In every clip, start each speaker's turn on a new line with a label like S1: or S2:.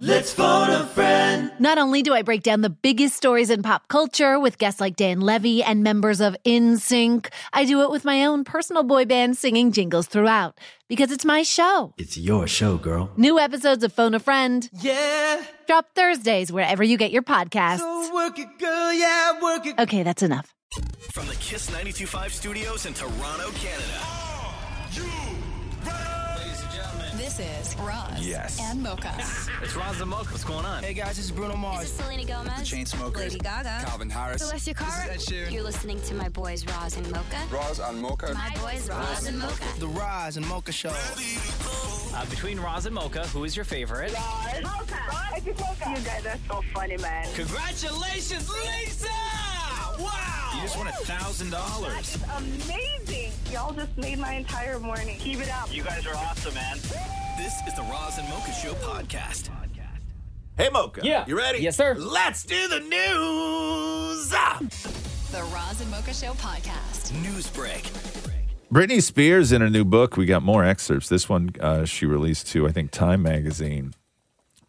S1: let's phone a friend.
S2: Not only do I break down the biggest stories in pop culture with guests like Dan Levy and members of InSync, I do it with my own personal boy band singing jingles throughout because it's my show.
S1: It's your show, girl.
S2: New episodes of Phone a Friend
S1: Yeah.
S2: drop Thursdays wherever you get your podcasts.
S1: So work it, girl. Yeah, work it.
S2: Okay, that's enough.
S3: From the Kiss 925 studios in Toronto, Canada.
S4: Oh,
S3: Ladies and gentlemen,
S4: This is Roz yes. and Mocha.
S3: it's Roz the Mocha. What's going on? Hey guys, this is Bruno
S4: This
S3: Mars.
S4: is Selena Gomez.
S3: Chainsmokers.
S4: Lady Gaga.
S3: Calvin Harris.
S4: Celestia Cara.
S3: This is Ed Sheeran.
S4: You're listening to my boys Roz and Mocha.
S5: Roz on Mocha.
S4: My boys Roz and Mocha.
S6: The Rise and Mocha Show.
S7: Uh, between Roz and Mocha, who is your favorite?
S8: Mocha. You guys are so funny, man.
S3: Congratulations, Lisa! Wow! You just won a thousand dollars.
S8: Amazing. Y'all just made my entire morning. Keep it up.
S3: You guys are awesome, man. This is the Roz and Mocha Show podcast.
S1: Hey, Mocha.
S7: Yeah.
S1: You ready?
S7: Yes, sir.
S1: Let's do the news. Ah!
S4: The Roz and Mocha Show podcast.
S3: News break.
S9: Britney Spears in her new book. We got more excerpts. This one uh, she released to, I think, Time Magazine,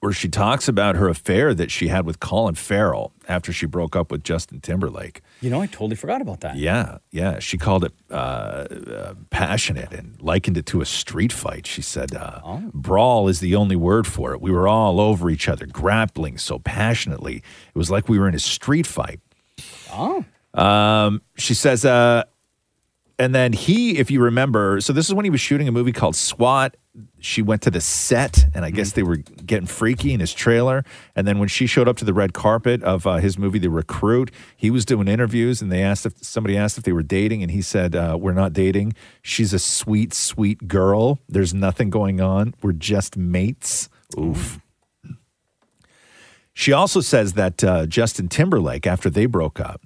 S9: where she talks about her affair that she had with Colin Farrell after she broke up with Justin Timberlake.
S10: You know, I totally forgot about that.
S9: Yeah, yeah. She called it uh, uh, passionate and likened it to a street fight. She said, uh, brawl is the only word for it. We were all over each other, grappling so passionately. It was like we were in a street fight.
S10: Oh.
S9: Um, she says, uh, and then he, if you remember, so this is when he was shooting a movie called SWAT. She went to the set, and I guess they were getting freaky in his trailer. And then when she showed up to the red carpet of uh, his movie, The Recruit, he was doing interviews, and they asked if somebody asked if they were dating, and he said, uh, "We're not dating. She's a sweet, sweet girl. There's nothing going on. We're just mates." Oof. She also says that uh, Justin Timberlake, after they broke up,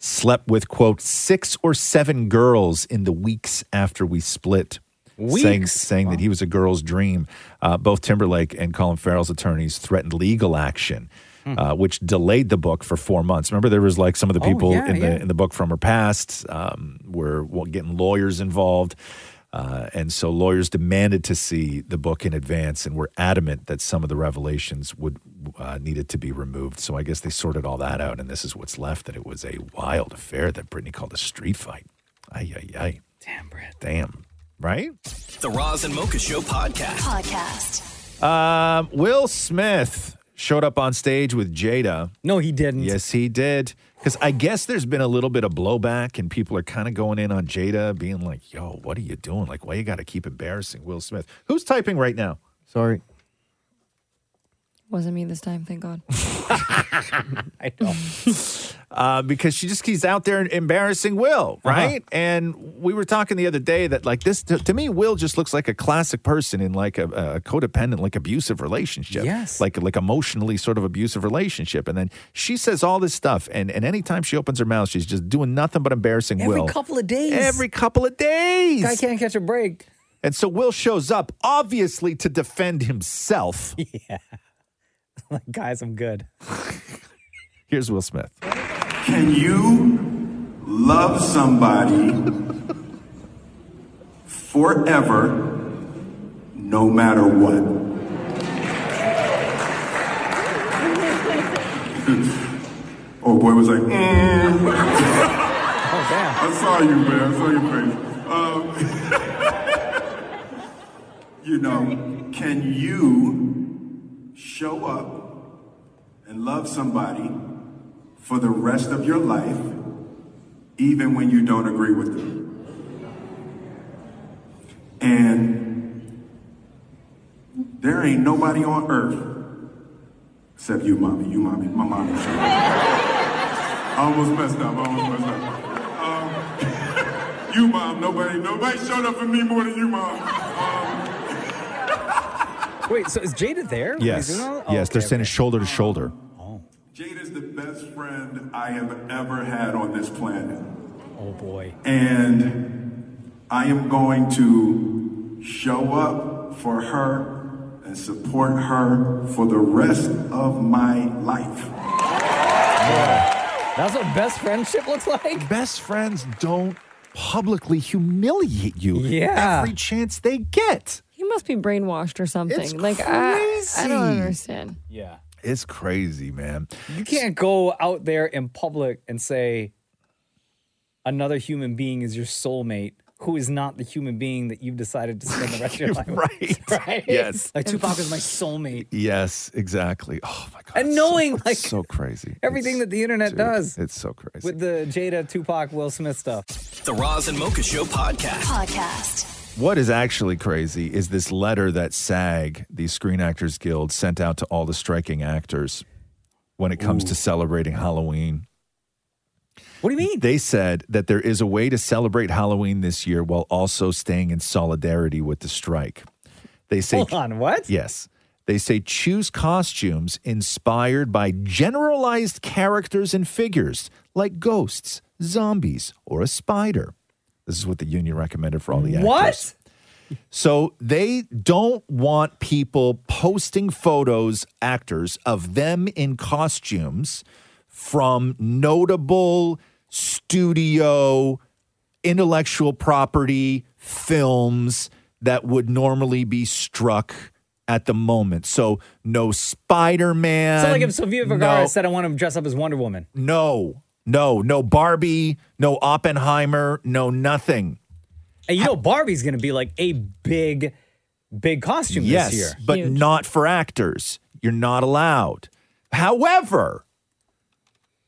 S9: slept with quote six or seven girls in the weeks after we split saying,
S10: Weeks?
S9: saying that he was a girl's dream uh, both timberlake and colin farrell's attorneys threatened legal action uh, which delayed the book for four months remember there was like some of the
S10: Oh,
S9: people
S10: yeah,
S9: in, the,
S10: yeah.
S9: in the book from her past um, were well, getting lawyers involved uh, and so lawyers demanded to see the book in advance and were adamant that some of the revelations would uh, needed to be removed. So I guess they sorted all that out, and this is what's left. That it was a wild affair that Brittany called a street fight. Ay ay ay,
S10: Damn, Brett.
S9: damn, right?
S3: The Roz and Mocha Show podcast.
S4: Podcast.
S9: Um, Will Smith showed up on stage with Jada.
S10: No, he didn't.
S9: Yes, he did. Because I guess there's been a little bit of blowback, and people are kind of going in on Jada, being like, "Yo, what are you doing? Like, why you got to keep embarrassing Will Smith? Who's typing right now?"
S11: Sorry. Wasn't me this time, thank God.
S10: I know.
S9: uh, because she just keeps out there embarrassing Will,
S10: Uh-huh.
S9: right? And we were talking the other day that like this to, to me, Will just looks like a classic person in like a, a codependent, like abusive relationship,
S10: Yes.
S9: like like emotionally sort of abusive relationship. And then she says all this stuff, and and anytime she opens her mouth, she's just doing nothing but embarrassing
S10: Every
S9: Will
S10: couple of days.
S9: Every couple of days.
S10: guy can't catch a break.
S9: And so Will shows up obviously to defend himself.
S10: Like, guys, I'm good.
S9: Here's Will Smith.
S5: Can you love somebody forever, no matter what? oh boy, was like, mm,
S10: Oh, damn.
S5: I saw you, man. I saw your face. Um, you know, can you show up and love somebody for the rest of your life, even when you don't agree with them? And there ain't nobody on earth except you, mommy. You, mommy. My mommy. I almost messed up. I almost messed up. Um, You, mom. Nobody, nobody showed up for me more than you, mom. Um,
S10: Wait, so is Jada there? when he's
S9: Yes,
S10: doing all-
S9: yes,
S10: Oh,
S9: they're
S10: okay,
S9: standing
S10: okay.
S9: shoulder to shoulder.
S5: Jada's the best friend I have ever had on this planet,
S10: Oh, boy.
S5: and I am going to show up for her and support her for the rest of my life.
S7: That's what best friendship looks like?
S9: Best friends don't publicly humiliate you
S7: Yeah.
S9: every chance they get.
S12: He must be brainwashed or something.
S9: It's
S12: like I, I
S9: crazy.
S12: don't understand.
S7: Yeah.
S9: It's crazy, man.
S7: You can't go out there in public and say another human being is your soulmate who is not the human being that you've decided to spend the rest of your life with.
S9: Right.
S7: Right?
S9: Yes.
S7: Like Tupac is my soulmate.
S9: Yes, exactly. Oh my god.
S7: And
S9: it's so-
S7: knowing,
S9: it's
S7: like,
S9: so crazy.
S7: Everything
S9: It's-
S7: that the internet
S9: dude,
S7: does
S9: It's so crazy.
S7: with the Jada, Tupac, Will Smith stuff.
S3: The Roz and Mocha Show podcast.
S13: Podcast.
S9: What is actually crazy is this letter that SAG, the Screen Actors Guild, sent out to all the striking actors when it comes to celebrating Halloween.
S7: What do you mean?
S9: They said that there is a way to celebrate Halloween this year while also staying in solidarity with the strike. They say
S7: Hold on, what?
S9: Yes. They say choose costumes inspired by generalized characters and figures like ghosts, zombies, or a spider. This is what the union recommended for all the actors.
S7: What?
S9: So they don't want people posting photos, actors, of them in costumes from notable studio, intellectual property films that would normally be struck at the moment. So no Spider Man.
S7: So like if Sofia Vergara
S9: no,
S7: said I want to dress up as Wonder Woman.
S9: no, no, no Barbie, no Oppenheimer, no nothing.
S7: And you know Barbie's gonna be like a big, big costume
S9: yes,
S7: this year.
S9: but
S12: Huge.
S9: not for actors. You're not allowed. However,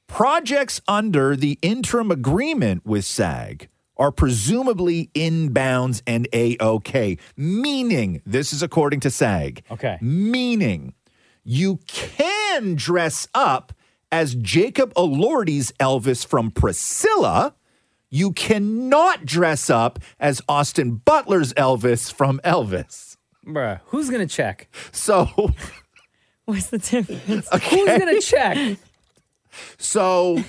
S9: projects under the interim agreement with SAG are presumably inbounds and A OK, meaning, this is according to SAG.
S7: Okay.
S9: Meaning, you can dress up as Jacob Elordi's Elvis from Priscilla. You cannot dress up as Austin Butler's Elvis from Elvis.
S7: Bruh, who's gonna check?
S9: So,
S12: What's the difference?
S7: Who's gonna check?
S9: so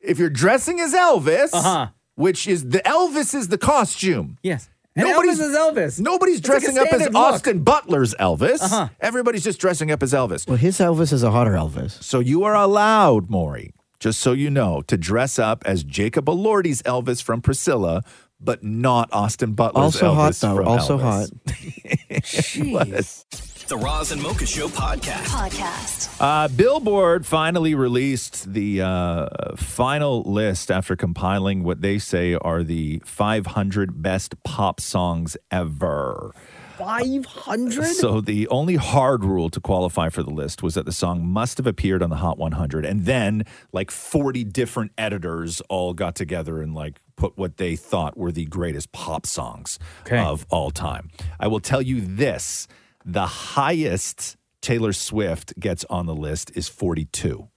S9: if you're dressing as Elvis,
S7: Uh-huh.
S9: which is the Elvis is the costume.
S7: Yes. And
S9: Nobody's-
S7: Elvis is Elvis.
S9: Nobody's
S7: It's like a
S9: dressing up as
S7: standard look. Uh-huh.
S9: Austin Butler's Elvis. Everybody's just dressing up as Elvis.
S1: Well, his Elvis is a hotter Elvis.
S9: So you are allowed, Maury, just so you know, to dress up as Jacob Elordi's Elvis from Priscilla, but not Austin Butler's
S1: Also
S9: Elvis
S1: hot, though.
S9: from
S1: Also
S9: Elvis.
S1: hot.
S3: The Roz and Mocha Show podcast.
S13: Podcast.
S9: Uh, Billboard finally released the uh, final list after compiling what they say are the 500 best pop songs ever.
S7: 500?
S9: So the only hard rule to qualify for the list was that the song must have appeared on the Hot 100, and then like 40 different editors all got together and like put what they thought were the greatest pop songs
S7: Okay.
S9: of all time. I will tell you this: the highest Taylor Swift gets on the list is 42.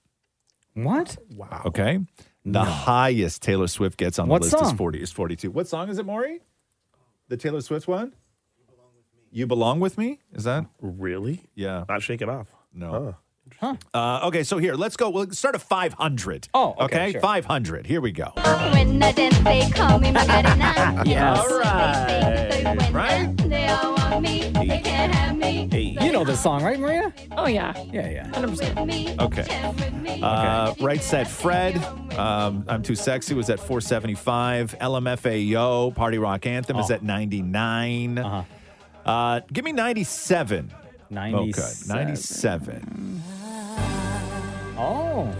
S7: What? Wow.
S9: Okay. The highest Taylor Swift gets on
S7: What
S9: the list
S7: song?
S9: is 40 is 42. What song is it, Maury? The Taylor Swift one? You belong with me? Is that?
S10: Really?
S9: Yeah.
S10: Not shake it off.
S9: No. Uh, okay, so here, let's go. We'll start at 500.
S7: Oh, okay, sure.
S9: 500. Here we go.
S13: When I dance, they call me Macarena. yes. All right.
S9: Right?
S13: They all want me. They can't have me.
S7: You know this song, right, Maria?
S12: Oh yeah.
S7: Yeah, yeah.
S9: Okay. Uh, right Set Fred, um, I'm Too Sexy was at 475. LMFAO, Party Rock Anthem
S7: Oh.
S9: is at 99.
S7: Uh-huh.
S9: uh give me 97. Okay,
S7: 97.
S9: 97.
S7: Oh.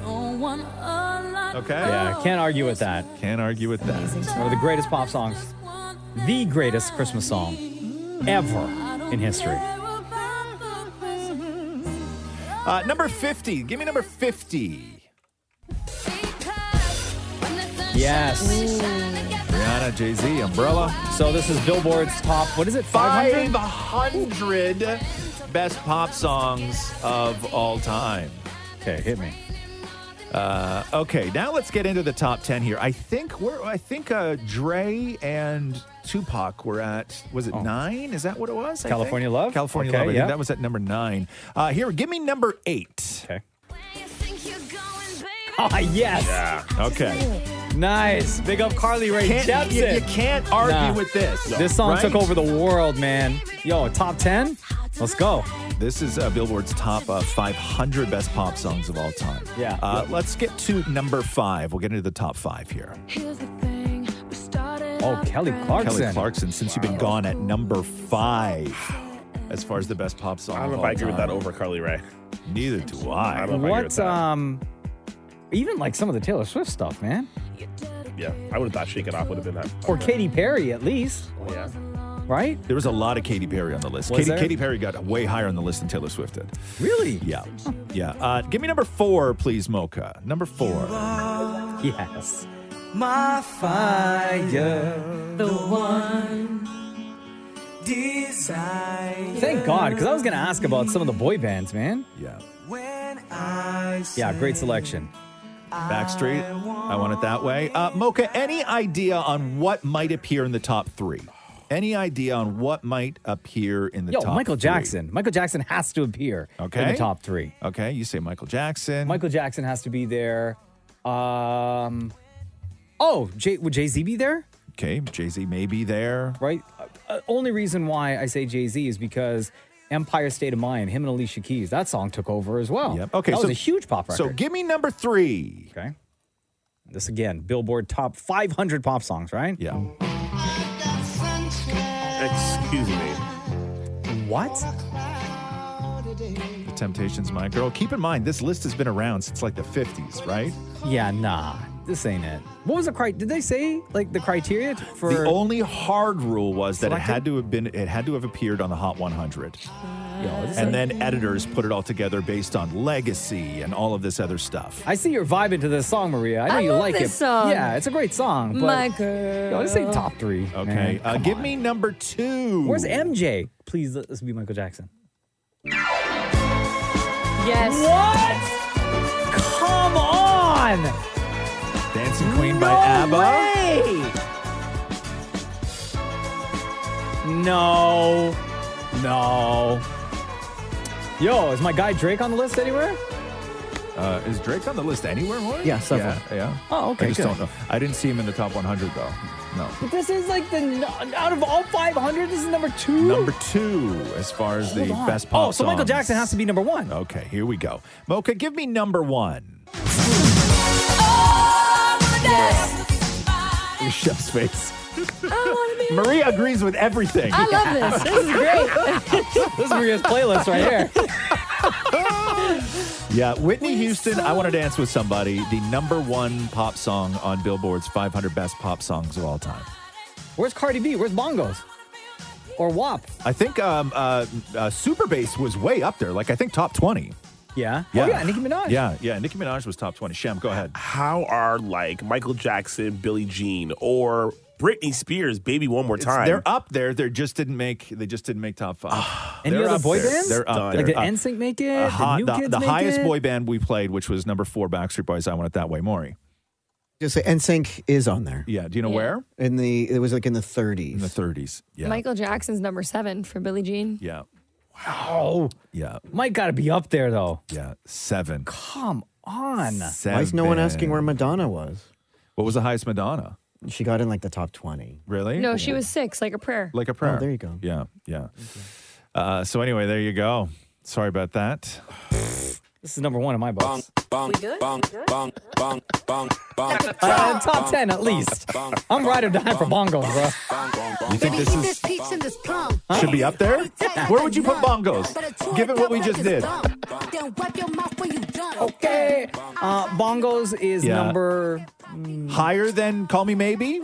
S9: Okay.
S7: Yeah, can't argue with that.
S9: Can't argue with that.
S7: One of the greatest pop songs. The greatest Christmas song ever in history.
S9: Uh, number 50. Give me number 50.
S7: Yes.
S9: Rihanna, Jay Z, Umbrella.
S7: So this is Billboard's top, what is it, 500?
S9: 500 best pop songs of all time.
S7: Okay, hit me.
S9: Uh, Okay, now let's get into the top 10 here. I think we're I think uh Dre and Tupac were at was it 9? Is that what it was? I think?
S7: Oh. California Love?
S9: California
S7: Okay,
S9: Love. I
S7: yeah.
S9: think that was at number 9. Uh here, give me number 8.
S7: Okay. Ah, yes.
S9: Okay.
S7: Nice. Big up Carly Rae
S9: Can't, you, you
S7: Jepsen.
S9: can't argue
S7: Nah.
S9: with this.
S7: This song
S9: right?
S7: took over the world, man. Yo, top 10? Let's go.
S9: This is uh, Billboard's top uh, 500 best pop songs of all time.
S7: Yeah.
S9: Uh, Let's get to number five. We'll get into the top five here.
S7: Oh, Kelly Clarkson.
S9: Kelly Clarkson, since you've been gone at number five as far as the best pop song.
S10: I don't know
S9: of
S10: if
S9: all
S10: I agree with
S9: time.
S10: that over Carly Rae.
S9: Neither do I.
S10: I don't know if I agree with
S7: What?
S10: that.
S7: Um, even like some of the Taylor Swift stuff, man,
S10: yeah, I would have thought Shake It Off would have been that.
S7: or Katy Perry at least,
S10: Oh, yeah.
S7: right?
S9: There was a lot of Katy Perry on the list.
S7: Was
S9: Katy,
S7: there?
S9: Katy Perry got way higher on the list than Taylor Swift did.
S7: Really?
S9: Yeah. Yeah. Uh, give me number four, please, Mocha. Number four.
S7: Yes.
S14: My fire
S12: The one.
S14: desire.
S7: Thank God, because I was gonna ask about some of the boy bands, man.
S9: Yeah.
S14: When I
S7: Yeah, great selection.
S9: Backstreet. I want it that way. Uh, Mocha, any idea on what might appear in the top three? Any idea on what might appear in the
S7: Yo,
S9: top
S7: Michael
S9: three?
S7: Jackson. Michael Jackson has to appear in
S9: Okay.
S7: the top three.
S9: Okay, you say Michael Jackson.
S7: Michael Jackson has to be there. Um, oh, Jay, would Jay Z be there?
S9: Okay, Jay Z may be there.
S7: Right. Uh, only reason why I say Jay Z is because Empire State of Mind, him and Alicia Keys, that song took over as well.
S9: Yep. Okay,
S7: that
S9: so-
S7: was a huge pop record.
S9: So give me number three.
S7: okay. This again, Billboard top 500 pop songs, right?
S9: Yeah.
S10: Excuse me.
S7: What?
S9: The Temptations, my girl. Keep in mind, this list has been around since like the 50s, right?
S7: Yeah, nah, this ain't it. What was the cri? Did they say like the criteria t- for?
S9: the only hard rule was that it
S7: Selected?
S9: had to have been it had to have appeared on the Hot 100.
S7: Yo, this
S9: And
S7: ain't-
S9: then editors put it all together based on legacy and all of this other stuff.
S7: I see you're vibing to this song, Maria. I know
S12: I
S7: you
S12: love
S7: like
S12: this
S7: it.
S12: song.
S7: Yeah, it's a great song. But
S12: My girl.
S7: Yo, this ain't top three.
S9: Okay.
S7: man.
S9: Uh,
S7: Come
S9: give
S7: on.
S9: me number two.
S7: Where's MJ? Please let this be Michael Jackson.
S12: Yes.
S7: What? Come on!
S9: Dancing Queen by ABBA?
S7: No. No. Yo, is my guy Drake on the list anywhere?
S9: Uh, is Drake on the list anywhere, Roy?
S1: Yeah, several.
S9: Yeah. yeah.
S7: Oh, okay,
S9: I just
S7: good.
S9: don't know. I didn't see him in the top 100, though. No.
S7: This is like the n- out of all 500, this is number two.
S9: Number two, as far as the
S7: Hold on.
S9: best pop
S7: Oh, so Michael
S9: songs.
S7: Jackson has to be number one.
S9: Okay, here we go. Mocha, give me number one. Your chef's face. Maria agrees with everything.
S12: I love this. This is great.
S7: This is Maria's playlist right here.
S9: Yeah, Whitney Houston, I Want to Dance with Somebody, the number one pop song on Billboard's 500 Best Pop Songs of All Time.
S7: Where's Cardi B? Where's Bongos? Or WAP?
S9: I think um, uh, uh, Super Bass was way up there, like I think top 20.
S7: Yeah. Oh, yeah, Nicki Minaj.
S9: Yeah, yeah, Nicki Minaj was top 20. Shem, go ahead.
S10: How are like Michael Jackson, Billie Jean, or Britney Spears, Baby One More
S9: It's-
S10: Time?
S9: They're up there. They just didn't make. They just didn't make top five.
S7: Any
S9: They're
S7: other
S9: up
S7: boy
S9: there.
S7: bands?
S9: They're up
S10: Like
S9: there.
S7: Like did
S9: Up.
S7: NSYNC make it?
S9: Uh,
S7: Did
S9: hi-
S7: New
S9: the
S7: Kids
S9: the
S7: make
S9: highest
S7: it?
S9: boy band we played, which was number four, Backstreet Boys. I want it that way, Maury.
S1: Just say NSYNC is on there.
S9: Yeah. Do you know
S12: Yeah.
S9: where?
S1: In the it was like in the 30s.
S9: In the 30s. Yeah.
S12: Michael Jackson's number seven for Billie Jean.
S9: Yeah.
S7: Oh,
S9: Yeah.
S7: Mike got to be up there though.
S9: Yeah. Seven.
S7: Come on.
S1: Why is no one asking where
S9: Seven.
S1: Madonna was?
S9: What was the highest Madonna?
S1: She got in like the top 20.
S9: Really?
S12: No, she was six, like a prayer.
S9: Like a prayer.
S1: Oh, there you go.
S9: Yeah. Yeah. Uh, so anyway, there you go. Sorry about that.
S7: This is number one in my books.
S14: Bong,
S7: Uh, top ten at least. I'm right or die for bongos, bro.
S9: You think this is should be up there? Where would you put bongos? Given what we just did.
S7: Okay. Uh, bongos is
S9: Yeah.
S7: number mm,
S9: Higher than Call Me Maybe,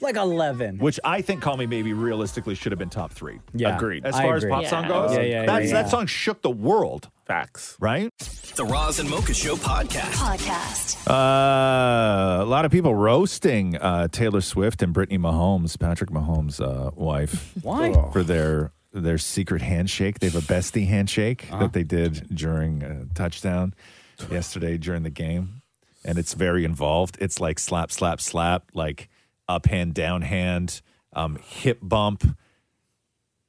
S7: like eleven.
S9: which I think Call Me Maybe realistically should have been top three.
S7: Yeah,
S10: Agreed.
S9: As
S7: I
S9: far as
S7: agree.
S9: pop song
S12: Yeah.
S9: goes,
S7: Yeah, yeah,
S9: that,
S7: yeah, yeah.
S9: that song shook the world,
S10: Facts.
S9: right?
S3: The Roz and Mocha Show podcast.
S13: Podcast.
S9: Uh, a lot of people roasting uh, Taylor Swift and Brittany Mahomes, Patrick Mahomes' uh, wife,
S7: Why?
S9: for their their secret handshake. They have a bestie handshake that they did during a touchdown yesterday during the game, and it's very involved. It's like slap, slap, slap, like up hand, down hand, um, hip bump.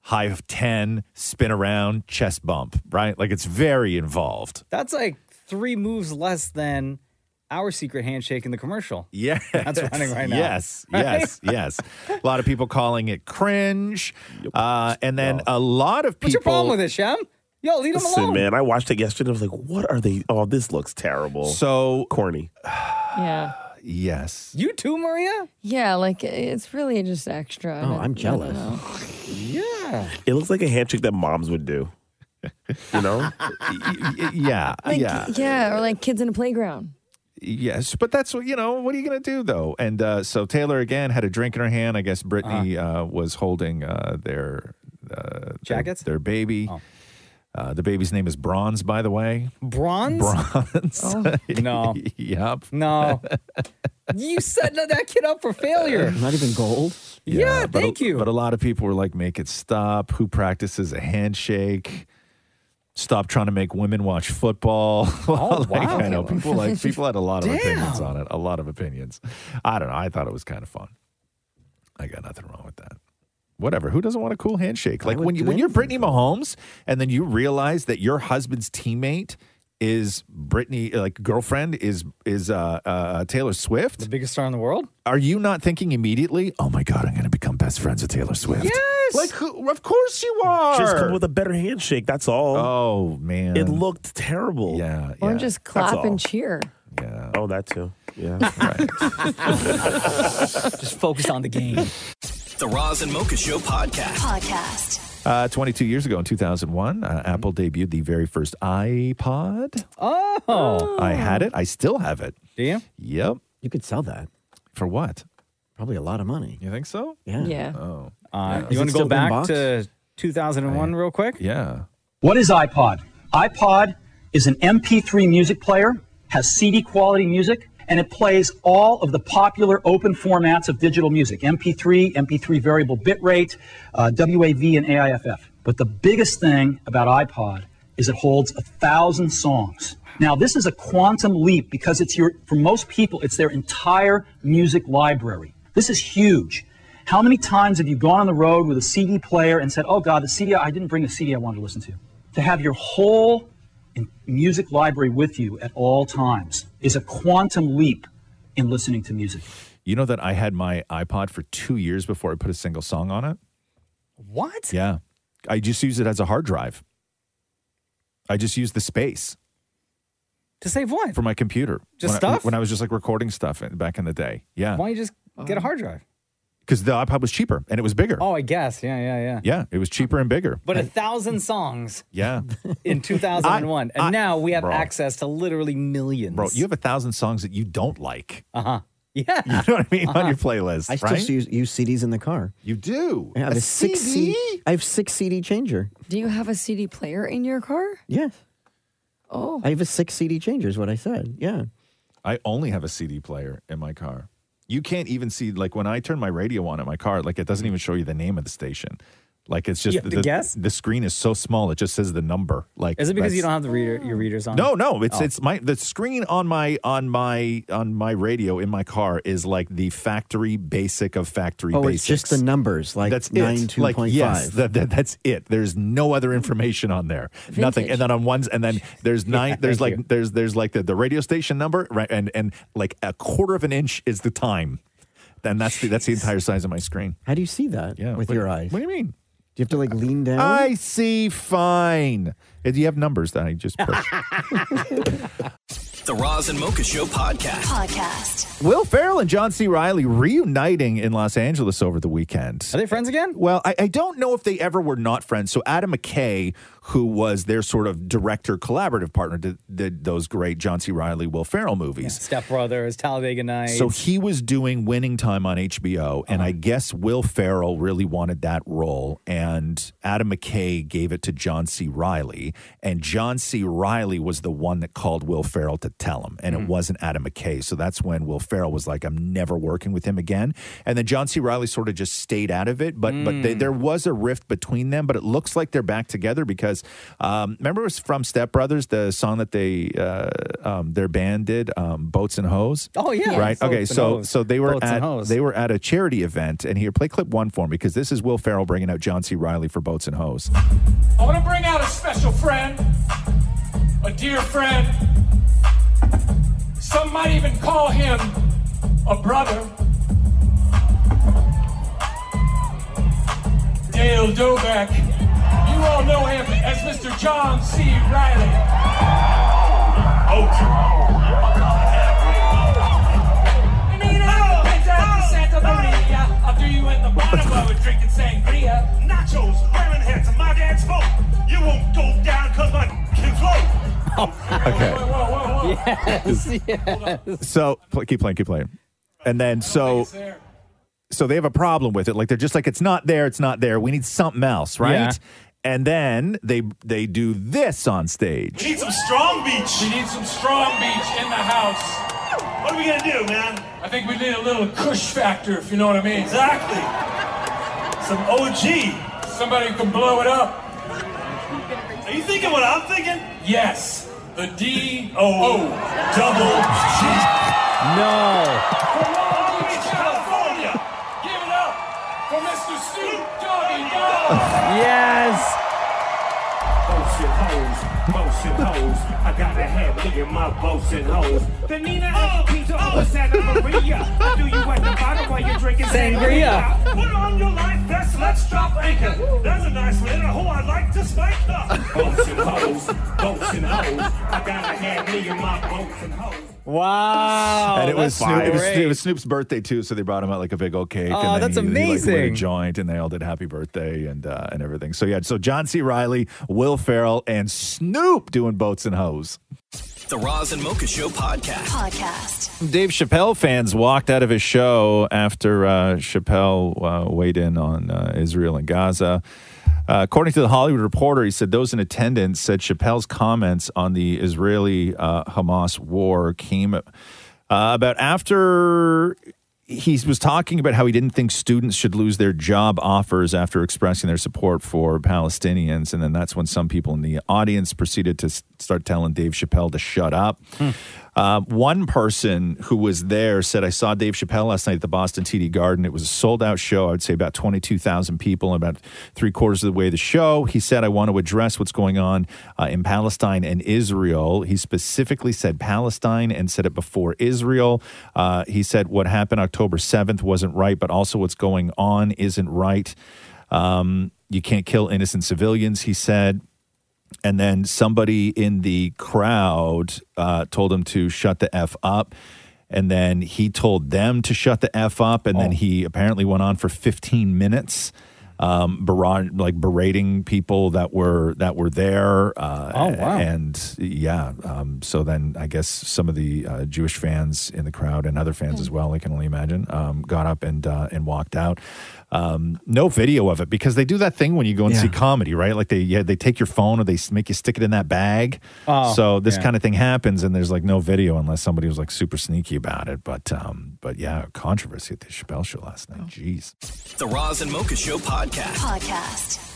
S9: High of 10, spin around, chest bump, right? Like it's very involved.
S7: That's like three moves less than our secret handshake in the commercial.
S9: Yeah.
S7: That's running right now.
S9: Yes,
S7: Right?
S9: yes, yes. A lot of people calling it cringe. Uh, and then a lot of people.
S7: What's your problem with it, Shem? Yo, leave them
S10: Listen,
S7: alone.
S10: man, I watched it yesterday. I was like, what are they? Oh, this looks terrible.
S9: So
S10: corny.
S12: Yeah.
S9: Yes.
S7: You too, Maria?
S12: Yeah, like it's really just extra.
S9: Oh,
S12: I don't- I don't know.
S7: yeah.
S10: It looks like a handshake that moms would do. You know?
S9: yeah.
S12: Like,
S9: yeah.
S12: or like kids in a playground.
S9: Yes, but that's what you know. What are you going to do though? And uh, so Taylor again had a drink in her hand. I guess Brittany
S7: Uh-huh.
S9: uh was holding uh, their uh, jackets, their, baby.
S7: Oh.
S9: Uh, the baby's name is Bronze, by the way.
S7: Bronze? Oh.
S9: Bronze.
S7: No.
S9: yep.
S7: No. you setting that kid up for failure.
S9: Not even gold. Yeah, but
S7: thank
S9: a, you. But a lot of people were like, "Make it stop." Who practices a handshake? Stop trying to make women watch football.
S7: Oh,
S9: Like, I know
S7: wow.
S9: people like people had a lot of
S7: Damn.
S9: opinions on it. A lot of opinions. I don't know. I thought it was kind of fun. I got nothing wrong with that. Whatever. Who doesn't want a cool handshake? Like when you when you're Brittany Mahomes, and then you realize that your husband's teammate is Brittany, like girlfriend is is uh, uh, Taylor Swift, the
S7: biggest star in the world.
S9: Are you not thinking immediately? Oh my God, I'm going to become best friends with Taylor Swift.
S10: Yes.
S9: Like, who- of course you are.
S10: Just come up with a better handshake. That's all.
S9: Oh, man.
S10: It looked terrible.
S9: Yeah.
S12: Or just clap and cheer.
S10: Oh, that too. Yeah.
S7: Just focus on the game.
S3: The Roz and Mocha Show podcast.
S13: Podcast.
S9: Uh, 22 years ago in 2001, uh, Apple debuted the very first iPod.
S7: Oh.
S9: I had it. I still have it.
S7: Do you?
S9: Yep.
S1: Oh. You could sell that.
S9: For what?
S1: Probably a lot of money.
S9: You think so?
S1: Yeah.
S7: Yeah.
S9: Oh.
S7: Uh,
S1: Yeah. Is
S7: You
S1: it
S7: want to
S1: still
S7: go
S1: in
S7: back
S1: box?
S7: to 2001 real quick?
S9: Yeah.
S15: What is iPod? iPod is an MP3 music player, has CD quality music, and it plays all of the popular open formats of digital music MP3, MP3 variable bitrate, uh, WAV, and AIFF. But the biggest thing about iPod is it holds a thousand songs. Now, this is a quantum leap because it's your, for most people, it's their entire music library. This is huge. How many times have you gone on the road with a CD player and said, "Oh God, the CD I didn't bring the CD I wanted to listen to"? To have your whole in- music library with you at all times is a quantum leap in listening to music.
S9: You know that I had my iPod for two years before I put a single song on it?
S7: What?
S9: Yeah. I just used it as a hard drive. I just used the space.
S7: To save what?
S9: For my computer.
S7: Just
S9: When I-
S7: stuff?
S9: when I was just like recording stuff in- back in the day. Yeah.
S7: Why don't you just get a hard drive?
S9: Because the iPod was cheaper and it was bigger.
S7: Oh, I guess. Yeah, yeah, yeah.
S9: Yeah. It was cheaper and bigger.
S7: But a thousand songs
S9: Yeah.
S7: in 2001. and
S9: I-
S7: now we have
S9: Bro.
S7: access to literally millions.
S9: Bro, you have a thousand songs that you don't like.
S7: Uh huh. Yeah.
S9: You know what I mean? On
S7: Uh-huh.
S9: your playlist.
S1: I still
S9: right?
S1: use, use CDs in the car.
S9: You do.
S1: I have a, six
S12: CD?
S1: C- I have six CD changer.
S12: Do you have a CD player in your car?
S1: Yes.
S12: Oh.
S1: I have a six CD changer. Is what I said. Yeah.
S9: I only have a CD player in my car. You can't even see like when I turn my radio on in my car, like it doesn't even show you the name of the station. Like it's just
S7: You have to
S9: the
S7: Mm-hmm. guess?
S9: the screen is so small it just says the number. Like
S7: Is it because you
S9: that's-
S7: don't have the reader your readers on?
S9: No, no, it's
S7: Oh.
S9: it's my the screen on my on my on my radio in my car is like the factory basic of factory
S1: oh,
S9: basics.
S1: it's just the numbers like
S9: that's
S1: nine
S9: it.
S1: two
S9: Like
S1: point five.
S9: yes, that, that, that's it. There's no other information on there. Nothing. And then on ones, and then there's nine. there's like there's there's like the, the radio station number, right? And and like a quarter of an inch is the time. Then that's the that's the entire size of my screen.
S1: How do you see that?
S9: Yeah,
S1: with
S9: what-
S1: your eyes.
S9: What do you mean?
S1: Do you have to like lean down?
S9: I see fine. If You have numbers that I just push.
S3: The Roz and Mocha Show podcast.
S13: Podcast.
S9: Will Farrell and John C. Riley reuniting in Los Angeles over the weekend. Are
S7: they friends again?
S9: Well, I, I don't know if they ever were not friends. So Adam McKay, who was their sort of director collaborative partner, did, did those great John C. Riley, Will Farrell movies.
S7: Step Brothers, Talladega Nights.
S9: So he was doing Winning Time on HBO, and I guess Will Farrell really wanted that role, and Adam McKay gave it to John C. Riley, and John C. Riley was the one that called Will Farrell to tell him, and it wasn't Adam McKay. So that's when Will Farrell was like, "I'm never working with him again," and then John C. Riley sort of just stayed out of it, but but they,
S4: Mm.
S9: there was a rift between them, but it looks like they're back together because um, remember it was from Step Brothers, the song that they uh, um, their band did, um, Boats and Hoes.
S7: Oh, yeah.
S9: right.
S7: Boats
S9: okay,
S7: and
S9: so
S7: Hoes.
S9: so they were
S7: Boats and
S9: at
S7: Hoes.
S9: they were at a charity event, and here play clip one for me because this is Will Farrell bringing out John C. Riley for Boats and Hoes.
S16: I want to bring out a special friend, a dear friend,
S4: Some might even call him a brother. Dale Doback. You all know him as Mr. John C. Riley. I mean, I don't think that's the Santa Maria. I'll do you in the bottom of a drinking sangria. Nachos, wearing hats, and my dad's folk. You won't go down because my kid's low.
S9: Okay.
S4: Yes,
S9: So pl- keep playing, keep playing. And then so so they have a problem with it. Like they're just like it's not there, it's not there. We need something else, right?
S4: Yeah.
S9: And then they they do this on stage.
S4: We need some strong beach. We need some strong beach in the house. What are we gonna do, man? I think we need a little cush factor, if you know what I mean. Exactly. Some OG. Somebody who can blow it up. Are you thinking what I'm thinking? Yes. The D O double G. No. California. Give it up for Mr. Snoop Doggy Dogg.
S7: Yes.
S4: Bullshit hoes, bullshit hoes. I gotta have me and my bullshit hoes. Benina oh, pizza oh. over Santa Maria. I do you at the bottom while you're drinking
S7: Sangria.
S4: sangria. Put on your life vest, let's drop anchor. There's a nice little who I like to spike up. Bullshit hoes, bullshit hoes. I gotta have me and my bullshit hoes.
S7: Wow.
S9: and it was,
S7: that's
S9: Snoop, it, was, it
S7: great.
S9: was Snoop's birthday too, so they brought him out like a big old cake.
S7: Oh,
S9: and then
S7: that's
S9: he, He like, lit a
S7: amazing.
S9: joint, and they all did happy birthday and uh, and everything. So yeah, so John C. Riley, Will Farrell, and Snoop doing boats and hoes.
S14: The Roz and Mocha Show podcast. Podcast.
S9: Dave Chappelle fans walked out of his show after uh, Chappelle uh, weighed in on uh, Israel and Gaza. Uh, according to the Hollywood Reporter, he said those in attendance said Chappelle's comments on the Israeli uh, Hamas war came uh, about after he was talking about how he didn't think students should lose their job offers after expressing their support for Palestinians. And then that's when some people in the audience proceeded to s- start telling Dave Chappelle to shut up.
S17: Hmm.
S9: Uh, one person who was there said, I saw Dave Chappelle last night at the Boston TD Garden. It was a sold out show. I would say about 22,000 people, about three quarters of the way of the show. He said, I want to address what's going on uh, in Palestine and Israel. He specifically said Palestine and said it before Israel. Uh, he said, What happened October 7th wasn't right, but also what's going on isn't right. Um, you can't kill innocent civilians, he said and then somebody in the crowd uh, told him to shut the f up and then he told them to shut the f up and then
S7: Oh.
S9: he apparently went on for 15 minutes um, barra- like berating people that were that were there. Uh,
S7: Oh, wow.
S9: And yeah, um, so then I guess some of the uh, Jewish fans in the crowd and other fans as well, I can only imagine, um, got up and uh, and walked out. Um, no video of it because they do that thing when you go and see comedy, right? Like they yeah, they take your phone or they s- make you stick it in that bag.
S7: Oh,
S9: so this
S7: yeah.
S9: kind of thing happens, and there's like no video unless somebody was like super sneaky about it. But um, but yeah, controversy at the Chappelle show last
S7: Oh.
S9: night. Jeez.
S14: The Roz and Mocha Show podcast.
S13: Podcast.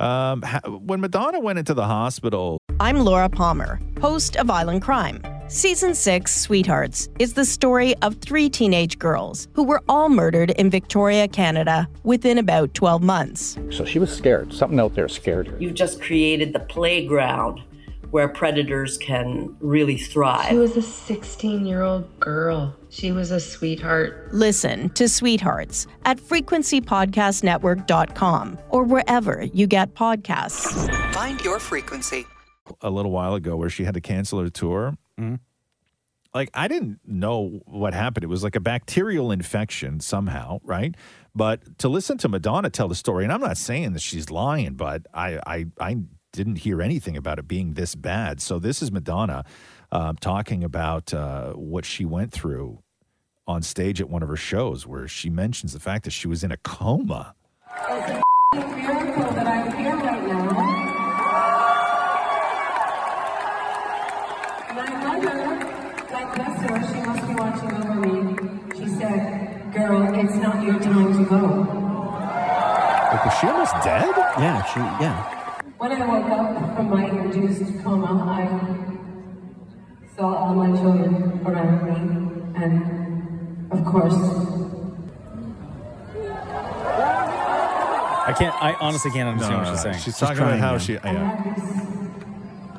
S9: Um, ha- when Madonna went into the hospital,
S16: I'm Laura Palmer, host of Island Crime. Season 6, Sweethearts, is the story of three teenage girls who were all murdered in Victoria, Canada within about 12 months.
S18: So she was scared. Something out there scared her.
S19: You've just created the playground where predators can really thrive.
S8: She was a 16 year old girl. She was a sweetheart.
S16: Listen to Sweethearts at frequencypodcastnetwork.com or wherever you get podcasts.
S20: Find your frequency.
S9: a little while ago where she had to cancel her tour. Like I didn't know what happened. It was like a bacterial infection somehow, right? But to listen to Madonna tell the story, and I'm not saying that she's lying, but I I, I didn't hear anything about it being this bad. So this is Madonna uh, talking about uh, what she went through on stage at one of her shows, where she mentions the fact that she was in a coma.
S21: miracle that I'm here right now. My mother, God bless her, she must be watching over me. She said, Girl, it's not your time to go.
S9: Like was she almost dead?
S1: Yeah, she yeah.
S21: When I woke up from my induced coma, I saw all my children around me, and of course,
S9: Like
S7: can't. I honestly can't understand
S9: No,
S7: what
S9: no, no.
S7: she's saying.
S9: She's talking about how she-
S7: again.
S9: I- yeah.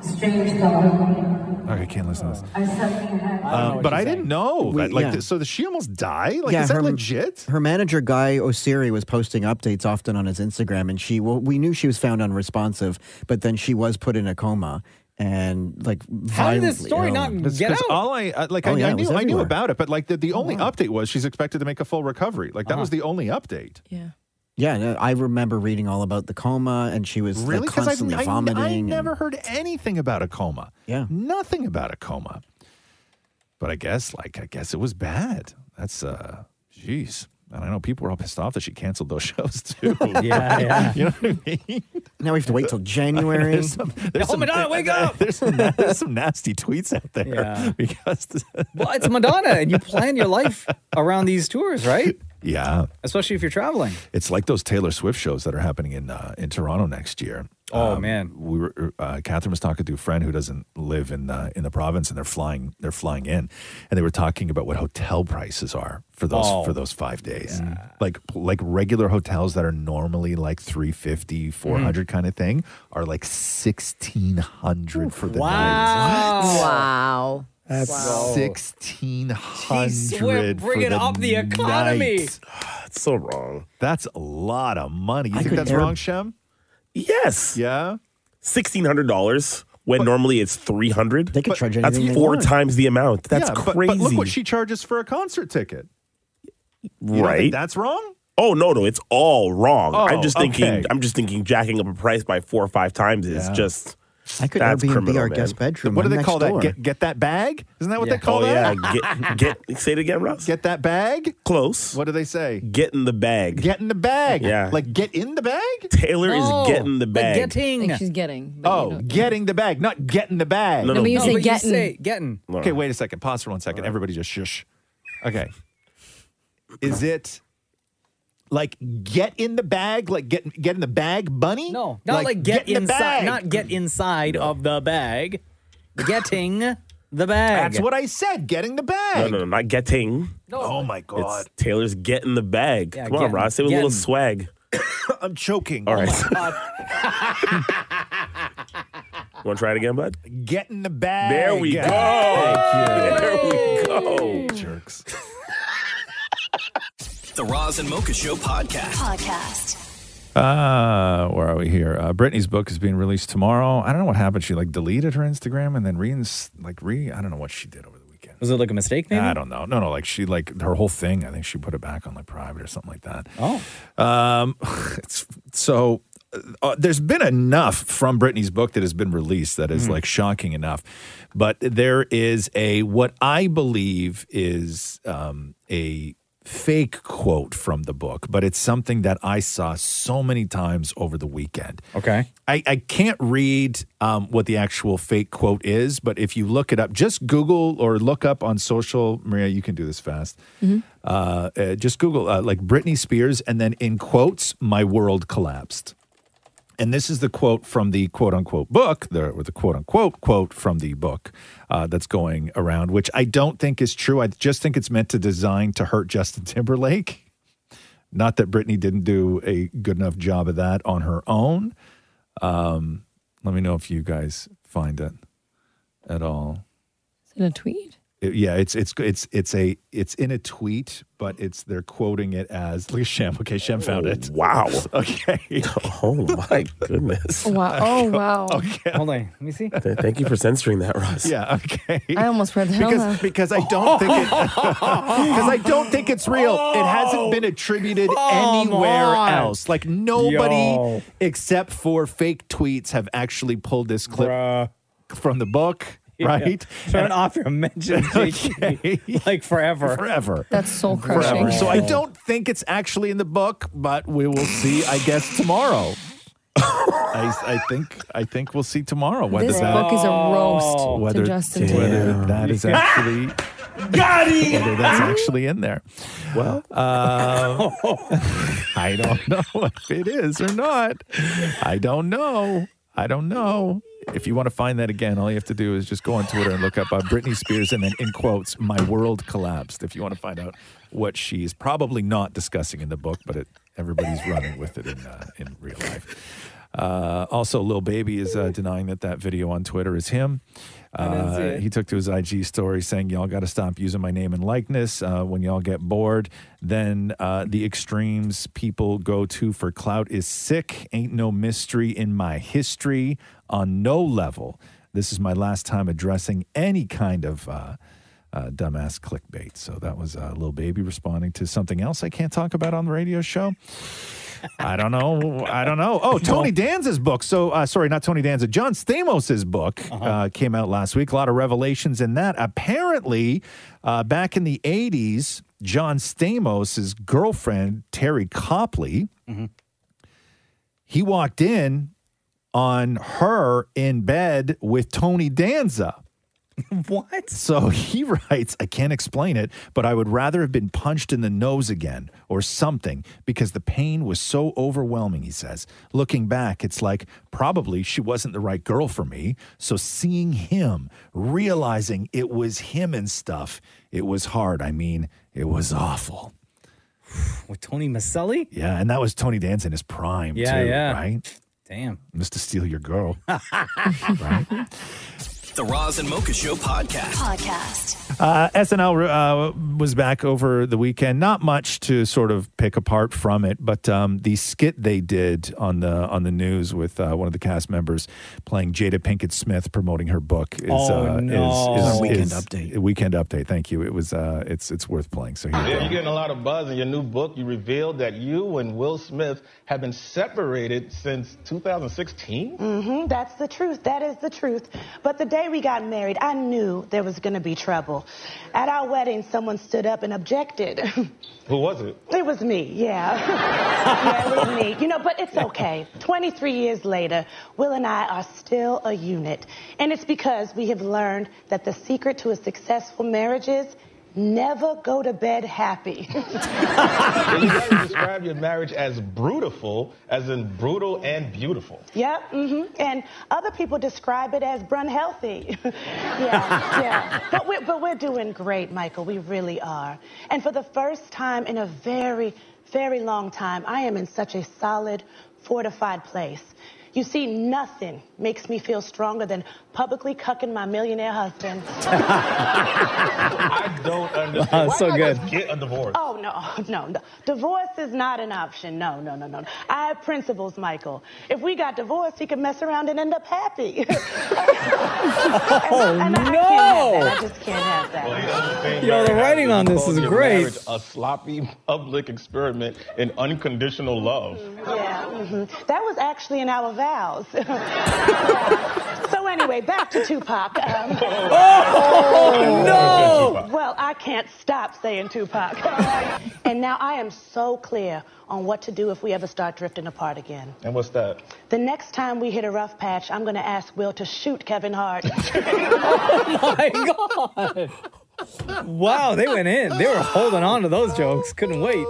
S21: Strange thought.
S9: Okay, I can't listen to this.
S21: I suddenly had.
S9: Um, but I didn't know.
S1: We-
S9: that, like,
S1: yeah.
S9: th- so did she almost die? Like, is that
S1: her,
S9: legit?
S1: Her manager guy Osiri was posting updates often on his Instagram, and she well, we knew she was found unresponsive, but then she was put in a coma and like
S7: How did this
S1: violently
S7: story
S1: ill.
S7: not
S9: That's 'cause All I uh, like,
S1: Oh,
S9: I,
S1: yeah,
S9: I
S1: it was
S9: knew, I knew
S1: everywhere.
S9: about it, but like the, the only update was she's expected to make a full recovery. Like that was the only update.
S1: Yeah. Yeah, no, I remember reading all about the coma, and she was like,
S9: Really? Because
S1: constantly
S9: I, I,
S1: vomiting.
S9: I
S1: and-
S9: never heard anything about a coma.
S1: Yeah.
S9: Nothing about a coma. But I guess, like, I guess it was bad. That's, uh, jeez. And I know people were all pissed off that she canceled those shows too.
S1: Yeah, yeah.
S9: you know what I mean?
S1: Now we have to wait till January.
S9: There's some, there's
S7: Oh,
S9: some-
S7: Madonna, wake up!
S9: There's some, there's some nasty tweets out there
S7: Yeah.
S9: because
S7: well, it's Madonna, and you plan your life around these tours, right?
S9: yeah,
S7: Especially if you're traveling.
S9: it's like those Taylor Swift shows that are happening in uh, in Toronto next year. Um,
S7: Oh, man.
S9: we were uh, Catherine was talking to a friend who doesn't live in uh, in the province, and they're flying they're flying in, and they were talking about what hotel prices are for those
S10: Oh.
S9: for those five days, like like regular hotels that are normally like 350, 400
S7: Mm.
S9: kind of thing are like sixteen hundred for the night.
S20: Wow.
S9: That's
S20: Wow.
S9: sixteen
S20: Jeez,
S9: hundred.
S20: we're
S7: bringing up the economy.
S9: That's so wrong. That's a lot of money. You
S10: I
S9: think
S10: could
S9: that's
S10: never-
S9: wrong, Shem?
S10: Yes.
S9: Yeah.
S10: Sixteen hundred dollars when normally it's three hundred. They
S1: could charge
S10: That's
S1: anything they
S10: four
S1: want.
S10: times the amount. That's
S9: Yeah, but-
S10: crazy.
S9: But, look what she charges for a concert ticket. think
S10: right?
S9: that's wrong.
S10: Oh no, no, it's all wrong.
S9: Oh,
S10: I'm just thinking.
S9: okay.
S10: I'm just thinking. Jacking up a price by four or five times is
S9: Yeah.
S10: just.
S1: I could
S10: that's
S1: Airbnb
S10: criminal,
S1: our
S10: man.
S1: guest bedroom.
S9: What do
S1: I'm
S9: they
S1: next
S9: call
S1: door.
S9: that? Get, get that bag? Isn't that what they
S10: Yeah. oh,
S9: call that?
S10: Yeah, get, get say it again, Ross.
S9: Get that bag?
S10: Close.
S9: What do they say?
S10: Get in the bag.
S9: Get in the bag.
S10: Yeah.
S9: Like get in the bag?
S10: Taylor
S20: No,
S10: is getting the
S20: but
S10: bag.
S7: Getting.
S20: Like she's getting. but you
S9: Oh,
S20: don't-
S9: getting the bag, not getting the bag.
S20: No, No, but you no. say
S9: but
S20: getting.
S7: getting.
S9: Okay, wait a second. Pause for one second. Everybody just shush. Okay. Is it like get in the bag, like get get in the bag, bunny? No,
S7: Not like, get,
S9: in the
S7: inside.
S9: bag.
S7: Not get inside of the bag. Getting the bag.
S9: That's what I said. Getting the
S10: no,
S9: bag.
S10: no, no, not getting.
S9: Oh my god.
S10: It's Taylor's getting the bag.
S9: Yeah,
S10: Come on,
S9: getting-
S10: Ross. Say it with a little
S9: getting.
S10: swag.
S9: I'm choking. Oh,
S10: All right. Want to try it again, bud?
S9: Get in the bag.
S10: There we go. There we go.
S9: Jerks.
S14: The Roz and Mocha Show podcast. Podcast.
S9: Uh, where are we here? Uh, Brittany's book is being released tomorrow. I don't know what happened. She like deleted her Instagram and then reins like re. I don't know what she did over the weekend.
S7: Was it like a mistake? Maybe
S9: I don't know. No, no. Like she like her whole thing. I think she put it back on like private or something like that.
S7: Oh.
S9: Um, it's, so uh, there's been enough from Britney's book that has been released that is
S10: Mhm.
S9: like shocking enough, but there is a what I believe is um, a fake quote from the book, but it's something that I saw so many times over the weekend.
S7: Okay.
S9: I, I can't read um, what the actual fake quote is, but if you look it up, just Google or look up on social, Maria, you can do this fast. Uh, uh, just Google uh, like Britney Spears, and then in quotes, my world collapsed. And this is the quote from the quote unquote book, the, or the quote unquote quote from the book uh, that's going around, which I don't think is true. I just think it's meant to design to hurt Justin Timberlake. Not that Britney didn't do a good enough job of that on her own. Um, let me know if you guys find it at all.
S12: Is it a tweet?
S9: It- yeah, it's it's it's it's a it's in a tweet, but it's they're quoting it as look at Shem. Okay, Shem found
S7: Oh,
S9: it.
S10: Wow.
S9: Okay.
S10: Oh my goodness.
S12: Wow. Oh, wow.
S9: Okay.
S7: Hold on. Let me see.
S10: Th- Thank you for censoring that, Ross.
S9: Yeah. Okay.
S12: I almost read the hell
S9: because
S12: out of-
S9: because I don't think it because I don't think it's real. It hasn't been attributed
S7: Oh,
S10: Come
S9: anywhere
S10: on.
S9: else. Like nobody
S10: Yo.
S9: except for fake tweets have actually pulled this clip from the book, right?
S7: Yeah. Turn off your mention, JK. like forever.
S9: Forever.
S12: That's soul crushing.
S9: Forever. So I don't think it's actually in the book, but we will see. I guess tomorrow. I, I think I think we'll see tomorrow whether
S12: This
S9: that
S12: book is a roast to
S9: whether,
S12: Justin
S9: whether
S12: Timberlake.
S9: that is actually whether that's actually in there. Well, um, I don't know if it is or not. I don't know. I don't know. If you want to find that again, all you have to do is just go on Twitter and look up uh, Britney Spears and then in quotes, "My world collapsed." If you want to find out what she's probably not discussing in the book, but it, everybody's running with it in uh, in real life. Uh, also, Lil Baby is uh, denying that that video on Twitter is him.
S22: didn't see
S9: Uh,
S22: it.
S9: he took to his IG story saying, "Y'all got to stop using my name and likeness. Uh, when y'all get bored, then uh, the extremes people go to for clout is sick. Ain't no mystery in my history on no level. This is my last time addressing any kind of." Uh, uh, dumbass clickbait. So that was uh, Lil Baby responding to something else I can't talk about on the radio show. I don't know. I don't know. Oh, Tony Danza's book. So, uh, sorry, not Tony Danza. John Stamos's book uh came out last week. A lot of revelations in that. Apparently, uh, back in the 80s, John Stamos's girlfriend, Terry Copley, he walked in on her in bed with Tony Danza.
S7: What?
S9: So he writes, I can't explain it, but I would rather have been punched in the nose again or something because the pain was so overwhelming, he says. Looking back, it's like probably she wasn't the right girl for me. So seeing him, realizing it was him and stuff, it was hard. I mean, it was awful.
S7: With Tony Maselli?
S9: Yeah, and that was Tony Danza in his prime,
S7: Yeah,
S9: too,
S7: yeah.
S9: right?
S7: Damn.
S9: Mr. Steal Your Girl.
S3: The Roz and Mocha Show podcast. Podcast.
S9: Uh, SNL uh, was back over the weekend. Not much to sort of pick apart from it, but um, the skit they did on the on the news with uh, one of the cast members playing Jada Pinkett Smith promoting her book is
S1: Oh,
S9: uh,
S1: no.
S9: is,
S1: It's
S9: is,
S1: on Weekend
S9: is-
S1: Update.
S9: Weekend update. Thank you. It was uh, it's it's worth playing. So here.
S23: Yeah, you're getting a lot of buzz in your new book. You revealed that you and Will Smith have been separated since 2016.
S24: hmm that's the truth. That is the truth. But the day we got married, I knew there was going to be trouble. At our wedding, someone stood up and objected.
S23: Who was it?
S24: It was me, yeah. yeah, it was me. You know, but it's okay. 23 years later, Will and I are still a unit. And it's because we have learned that the secret to a successful marriage is never go to bed happy.
S23: Well, you guys describe your marriage as brutiful, as in brutal and beautiful.
S24: Yep, hmm and other people describe it as brun healthy. yeah, yeah. But we're, but we're doing great, Michael. We really are. And for the first time in a very, very long time, I am in such a solid, fortified place. You see, nothing makes me feel stronger than publicly cucking my millionaire husband.
S23: I don't understand.
S24: Wow,
S23: Why
S24: so
S23: not
S24: good.
S23: just get a divorce.
S24: Oh, no, no, no. Divorce is not an option. No, no, no, no. I have principles, Michael. If we got divorced, he could mess around and end up happy.
S7: Oh,
S24: And I- I can't have that. I just can't have that.
S7: Yo, the writing on this is
S23: Your
S7: great.
S23: marriage, a sloppy public experiment in unconditional love.
S24: Yeah, hmm That was actually in our vows. so anyway, back to Tupac. Um,
S23: Oh, no!
S24: Well, I can't stop saying Tupac. and now I am so clear on what to do if we ever start drifting apart again.
S23: And what's that?
S24: The next time we hit a rough patch, I'm going to ask Will to shoot Kevin Hart.
S7: oh my god. Wow, they went in. They were holding on to those jokes. Couldn't wait.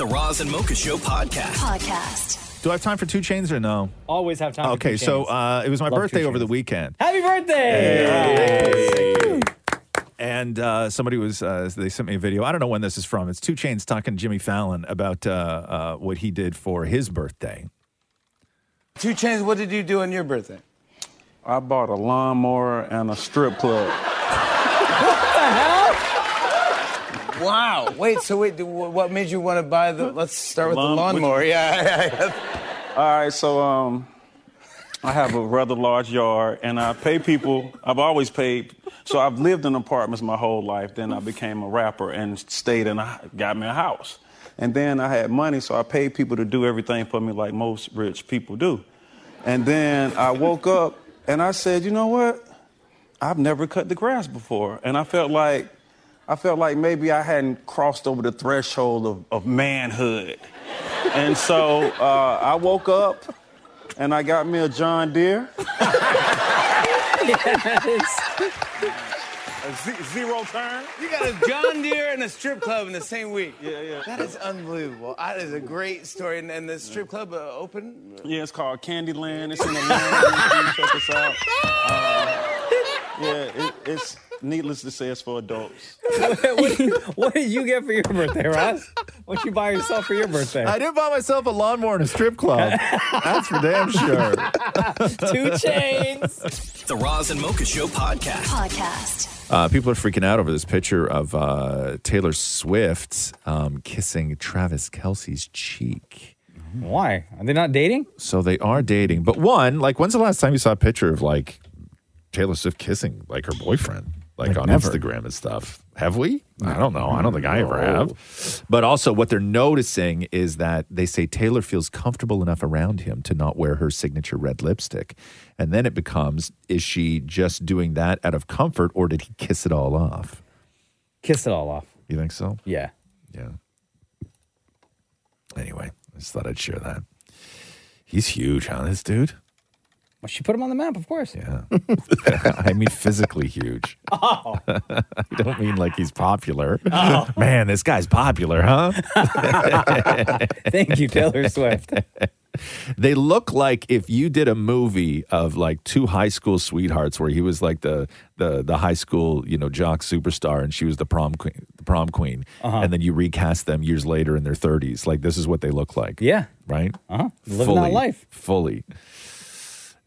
S3: The Roz and Mocha Show podcast.
S9: Podcast. Do I have time for two chains or no?
S7: Always have time. for
S9: Okay,
S7: two
S9: so
S7: chains.
S9: uh, it was my
S7: Love Two
S9: birthday over the weekend.
S7: Happy birthday!
S9: And uh, somebody was, uh, they sent me a video. I don't know when this is from. It's Two Chains talking to Jimmy Fallon about uh, uh, what he did for his birthday.
S25: Two Chains, what did you do on your birthday? I bought a lawnmower and a strip club. wow. Wait, so wait, do- wh- what made you want to buy the. Let's start with
S24: Lawn-
S25: the lawnmower.
S24: which-
S25: Yeah, yeah, yeah.
S24: All right, so um,
S25: I have a rather large yard, and I pay people. I've always paid. So I've lived in apartments my whole life. Then I became a rapper and stayed in a, got me a house. And then I had money, so I paid people to do everything for me like most rich people do. And then I woke up and I said, you know what? I've never cut the grass before. And I felt like I felt like maybe I hadn't crossed over the threshold of, of manhood. and so uh, I woke up and I got me a John Deere.
S24: yes.
S25: a ze- zero turn.
S26: You got a John Deere and a strip club in the same week.
S25: Yeah, yeah.
S26: That is unbelievable. That is a great story. And, and the strip club uh, open?
S25: Yeah, it's called Candyland. It's in Atlanta. You can check us out. Uh, yeah, it, it's needless to say, it's for adults.
S7: what did you get for your birthday, Ross? What'd you buy yourself for your birthday?
S9: I did buy myself a lawnmower and a strip club. That's for damn sure.
S7: Two chains.
S3: The Roz and Mocha Show podcast. Podcast.
S9: Uh, people are freaking out over this picture of uh, Taylor Swift um, kissing Travis Kelsey's cheek.
S7: Why? Are they not dating?
S9: So they are dating. But one, like, when's the last time you saw a picture of like Taylor Swift kissing like her boyfriend, like,
S27: Like,
S9: on
S27: never.
S9: Instagram and stuff? Have we? I don't know. I don't think I ever have. But also, what they're noticing is that they say Taylor feels comfortable enough around him to not wear her signature red lipstick. And then it becomes is she just doing that out of comfort or did he kiss it all off?
S7: Kiss it all off.
S9: You think so?
S7: Yeah.
S9: Yeah. Anyway, I just thought I'd share that. He's huge, huh, this dude?
S7: Well, she put him on the map, of course.
S9: Yeah. I mean, physically huge.
S7: Oh.
S9: I don't mean like he's popular. Man, this guy's popular, huh?
S7: Thank you, Taylor Swift.
S9: They look like if you did a movie of like two high school sweethearts where he was like the the the high school, you know, jock superstar and she was the prom queen, the prom queen.
S7: Uh-huh.
S9: And then you recast them years later in their 30s. Like this is what they look like.
S7: Yeah.
S9: Right?
S7: Uh-huh. Living that life.
S9: Fully.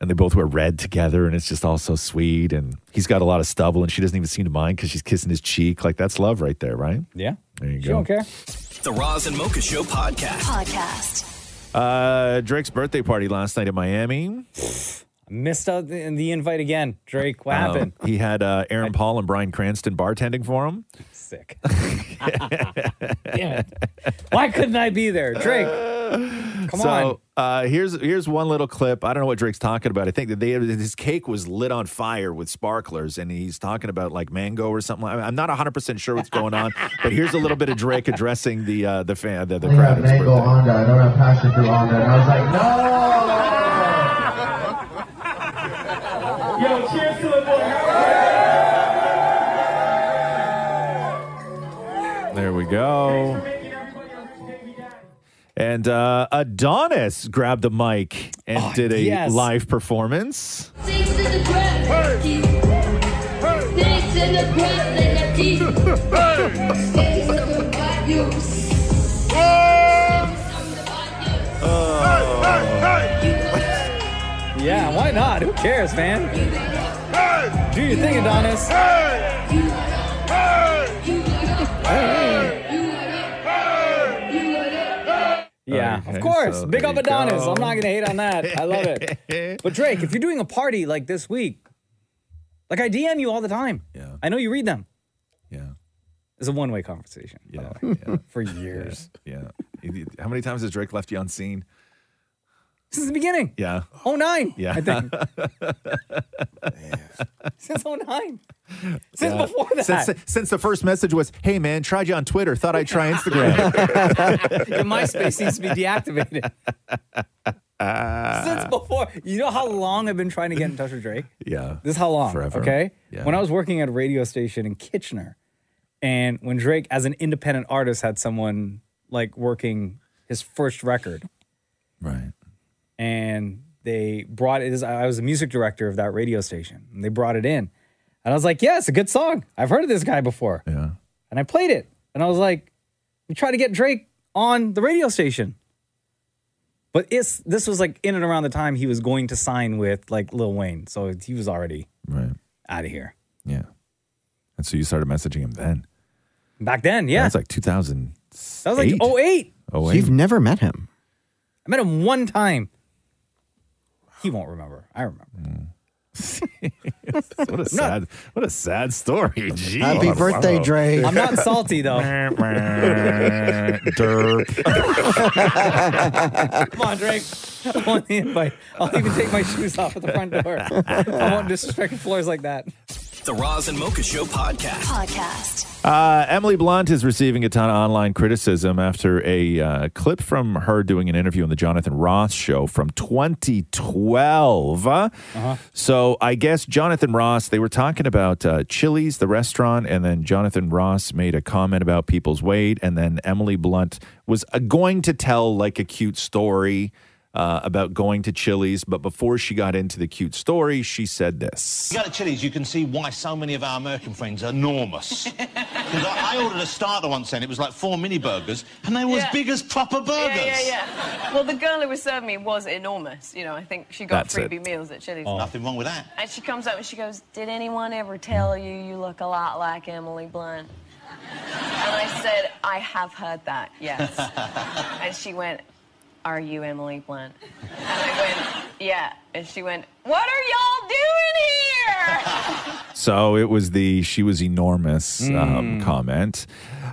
S9: And they both wear red together and it's just all so sweet and he's got a lot of stubble and she doesn't even seem to mind cuz she's kissing his cheek. Like that's love right there, right?
S7: Yeah.
S9: There you
S3: She
S9: go.
S3: don't care. The Roz and Mocha Show podcast. Podcast.
S9: Uh, Drake's birthday party last night in Miami.
S7: Missed out the, the invite again. Drake, what
S9: Um,
S7: happened?
S9: he had uh, Aaron Paul and Brian Cranston bartending for him.
S7: Sick. Damn it. Why couldn't I be there? Drake. Come
S9: Uh, so,
S7: on.
S9: Uh, here's here's one little clip. I don't know what Drake's talking about. I think that they his cake was lit on fire with sparklers, and he's talking about like mango or something. I- I'm not 100 percent sure what's going on, but here's a little bit of Drake addressing the uh, the fan the, the
S22: They had
S9: crowd. at his
S22: mango
S9: birthday.
S22: Honda, and I got passing through Honda, and I was like, no.
S4: Yo, cheers to the boy.
S9: There we go. And uh, Adonis grabbed the mic and
S7: Oh,
S9: did a
S22: yes.
S9: live performance.
S21: Six in the breath, let keep. Six in the breath, let keep. Six in the
S7: Yeah, why not? Who cares, man? Do your thing, Adonis. Yeah,
S21: Okay,
S7: of course.
S21: so
S7: Big
S21: there
S7: up
S21: you
S7: Adonis.
S21: go.
S7: I'm not going to hate on that. I love it. But Drake, if you're doing a party like this week, like I DM you all the time. Yeah. I know you read them.
S9: Yeah.
S7: It's a one way conversation.
S9: Yeah.
S7: For years.
S9: Yeah. He- How many times has Drake left you on scene?
S7: Since the beginning.
S9: Yeah.
S7: Oh nine.
S9: Yeah.
S7: I think. Since oh nine. Since
S9: Yeah.
S7: before that.
S9: Since, since the first message was, hey, man, tried you on Twitter, thought I'd try Instagram.
S7: Your MySpace needs to be deactivated.
S9: Ah.
S7: Since before, you know how long I've been trying to get in touch with Drake?
S9: yeah.
S7: This is how long?
S9: Forever.
S7: Okay.
S9: Yeah.
S7: When I was working at a radio station in Kitchener, and when Drake, as an independent artist, had someone like working his first record.
S9: Right.
S7: And they brought it, I was a music director of that radio station, and they brought it in. And I was like, yeah, it's a good song. I've heard of this guy before.
S9: Yeah.
S7: And I played it. And I was like, we try to get Drake on the radio station. But it's this was like in and around the time he was going to sign with like Lil Wayne. So he was already
S9: Right.
S7: out of here.
S9: Yeah. And so you started messaging him then.
S7: Back then, yeah.
S9: That's like 2000.
S7: That was like
S9: Eight?
S7: 08.
S9: Oh, You've
S1: never met him.
S7: I met him one time. He won't remember. I remember.
S9: what a sad, what a sad story. Gee.
S7: Happy
S9: Wow.
S7: birthday, Drake. I'm not salty, though.
S9: Derp.
S7: Come on, Drake. I want the invite. I'll even take my shoes off at the front door. I won't disrespect floors like that.
S3: The Roz and Mocha Show podcast. Podcast.
S9: Uh, Emily Blunt is receiving a ton of online criticism after a uh, clip from her doing an interview on the Jonathan Ross show from 2012. So I guess Jonathan Ross, they were talking about uh, Chili's, the restaurant, and then Jonathan Ross made a comment about people's weight, and then Emily Blunt was uh, going to tell like a cute story. Uh, about going to Chili's, but before she got into the cute story, she said this.
S28: You go to Chili's, you can see why so many of our American friends are enormous. 'Cause I, I ordered a starter once and it was like four mini burgers, and they were
S21: Yeah.
S28: as big as proper burgers.
S21: Yeah, yeah, yeah. Well, the girl who was serving me was enormous. You know, I think she got
S28: That's
S21: freebie
S28: it. Oh.
S21: meals at Chili's.
S28: Nothing wrong with that.
S21: And she comes up and she goes, Did anyone ever tell you you look a lot like Emily Blunt? And I said, I have heard that, yes. and she went, Are you Emily Blunt? And I went, Yeah. And she went, What are y'all doing here?
S9: So it was the she was enormous um, comment.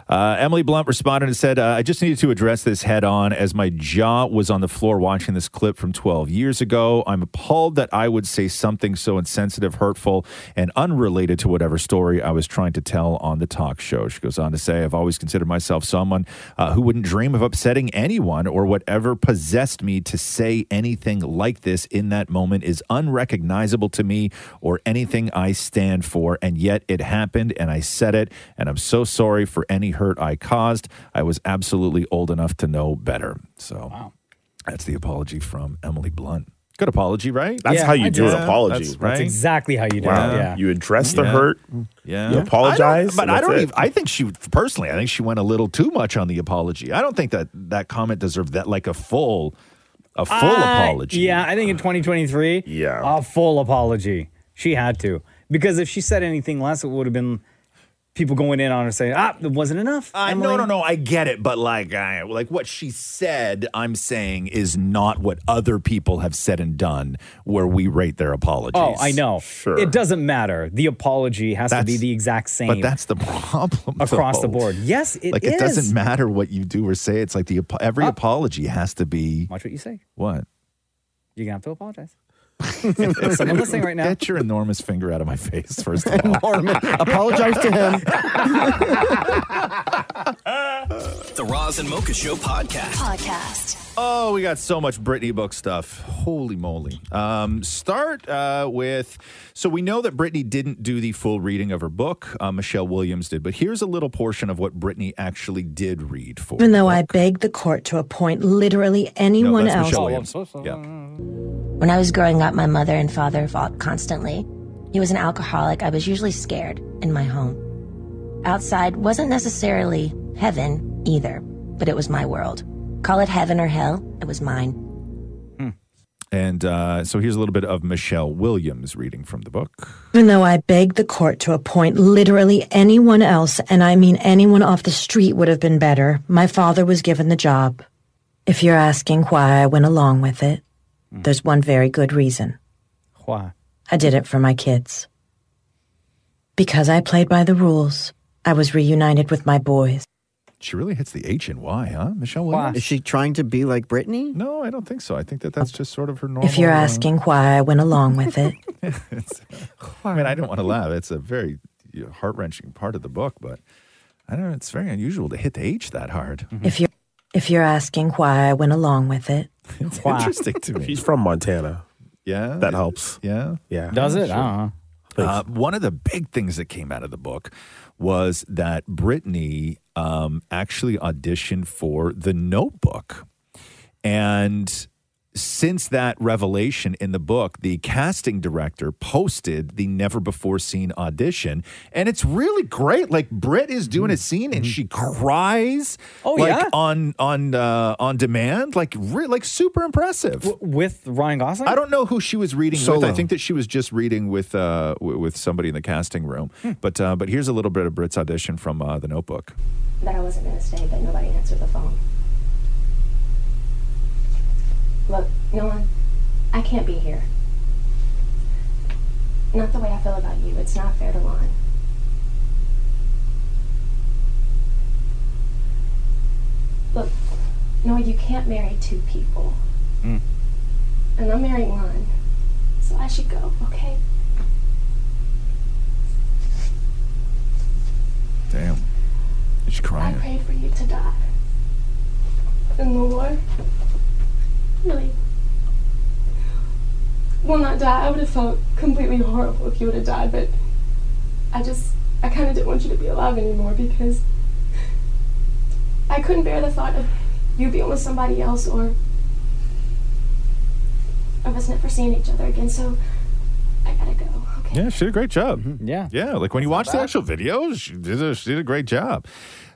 S9: Uh, Emily Blunt responded and said, uh, I just needed to address this head on as my jaw was on the floor watching this clip from 12 years ago. I'm appalled that I would say something so insensitive, hurtful, and unrelated to whatever story I was trying to tell on the talk show. She goes on to say, I've always considered myself someone uh, who wouldn't dream of upsetting anyone or whatever possessed me to say anything like this in that moment is unrecognizable to me or anything I stand for. And yet it happened and I said it. And I'm so sorry for any hurt I caused. I was absolutely old enough to know better. So that's the apology from Emily Blunt. Good apology, right?
S10: That's how you do an apology.
S9: That's right.
S10: Wow. You address the
S9: Yeah.
S10: hurt.
S9: Yeah.
S10: You apologize.
S9: I don't- but I
S10: and
S9: don't
S10: that's
S9: even, I think she, personally, I think she went a little too much on the apology. I don't think that that comment deserved that, like a full, a full
S7: I-
S9: apology.
S7: Yeah, I think in 2023, yeah, a full apology. She had to because if she said anything less, it would have been people going in on her saying, "Ah, it wasn't enough."
S9: I no,
S7: Emily."
S9: no, no. I get it, but like, I, like what she said, I'm saying is not what other people have said and done. Where we rate their apologies.
S7: Oh, I know.
S9: Sure.
S7: It doesn't matter. The apology has to be
S9: That's-
S7: the exact same.
S9: But that's the problem
S7: across the
S9: though.
S7: board. Yes, it
S9: like it doesn't matter what you do or say. It's like the apo- every apology has to be
S7: Watch what you say.
S9: what.
S7: You're gonna have to apologize. If someone listening right now-
S9: get your enormous finger out of my face first. Of all.
S1: Apologize to him.
S3: The Roz and Mocha Show podcast. Podcast.
S9: Oh, we got so much Britney book stuff. Holy moly. Um, start uh, with so we know that Britney didn't do the full reading of her book. Uh, Michelle Williams did, but here's a little portion of what Britney actually did read for.
S27: Even though I begged the court to appoint literally anyone
S9: that's
S27: else.
S9: Michelle Williams. Yeah.
S27: When I was growing up, my mother and father fought constantly. He was an alcoholic. I was usually scared in my home. Outside wasn't necessarily heaven either, but it was my world. Call it heaven or hell, it was mine.
S9: And uh, so here's a little bit of Michelle Williams reading from the book.
S27: Even though I begged the court to appoint literally anyone else, and I mean anyone off the street would have been better, my father was given the job. If you're asking why I went along with it, there's one very good reason.
S7: Why?
S27: I did it for my kids. Because I played by the rules, I was reunited with my boys.
S9: She really hits the H and Y, huh, Michelle
S27: Williams?
S1: Is she trying to be like Britney?
S9: No, I don't think so. I think that that's just sort of her normal.
S27: If you're
S1: Oh.
S9: uh,
S27: asking why I went along with it,
S9: I mean, I don't want to laugh. It's a very heart wrenching part of the book, but I don't know. It's very unusual to hit the H that hard.
S27: if you're if you're asking why I went along with it,
S9: It's interesting to me.
S10: Mm-hmm. She's from Montana.
S9: Yeah.
S10: That helps.
S9: Yeah.
S10: Yeah.
S9: Uh, one of the big things that came out of the book was that Brittany um, actually auditioned for The Notebook. And since that revelation in the book, the casting director posted the never before seen audition. And it's really great. Like Britt is doing a scene and she cries
S7: Mm. Mm-hmm. Oh,
S9: like
S7: yeah?
S9: on on uh, on demand. Like re- like super impressive.
S7: with Ryan Gosling?
S9: I don't know who she was reading with.
S7: Solo.
S9: I think that she was just reading with uh, w- with somebody in the casting room.
S7: Hmm.
S9: But uh, but here's a little bit of Britt's audition from uh, the notebook.
S29: that I wasn't going to stay, but nobody answered the phone. Look, Nolan, I can't be here. Not the way I feel about you. It's not fair to Lon. Look, no, you can't marry two people.
S4: Mm.
S29: And I'm marrying Lon. So I should go, okay?
S9: Damn.
S30: I
S9: crying.
S30: prayed for you to die. In the war. Really. Well, not die. I would have felt completely horrible if you would have died, but I just, I kind of didn't want you to be alive anymore because I couldn't bear the thought of you being with somebody else or of us never seeing each other again, so I gotta go.
S9: Yeah, she did a great job.
S7: Yeah.
S9: Yeah. Like when you watch the
S30: bad.
S9: actual videos, she did a, she did a great job.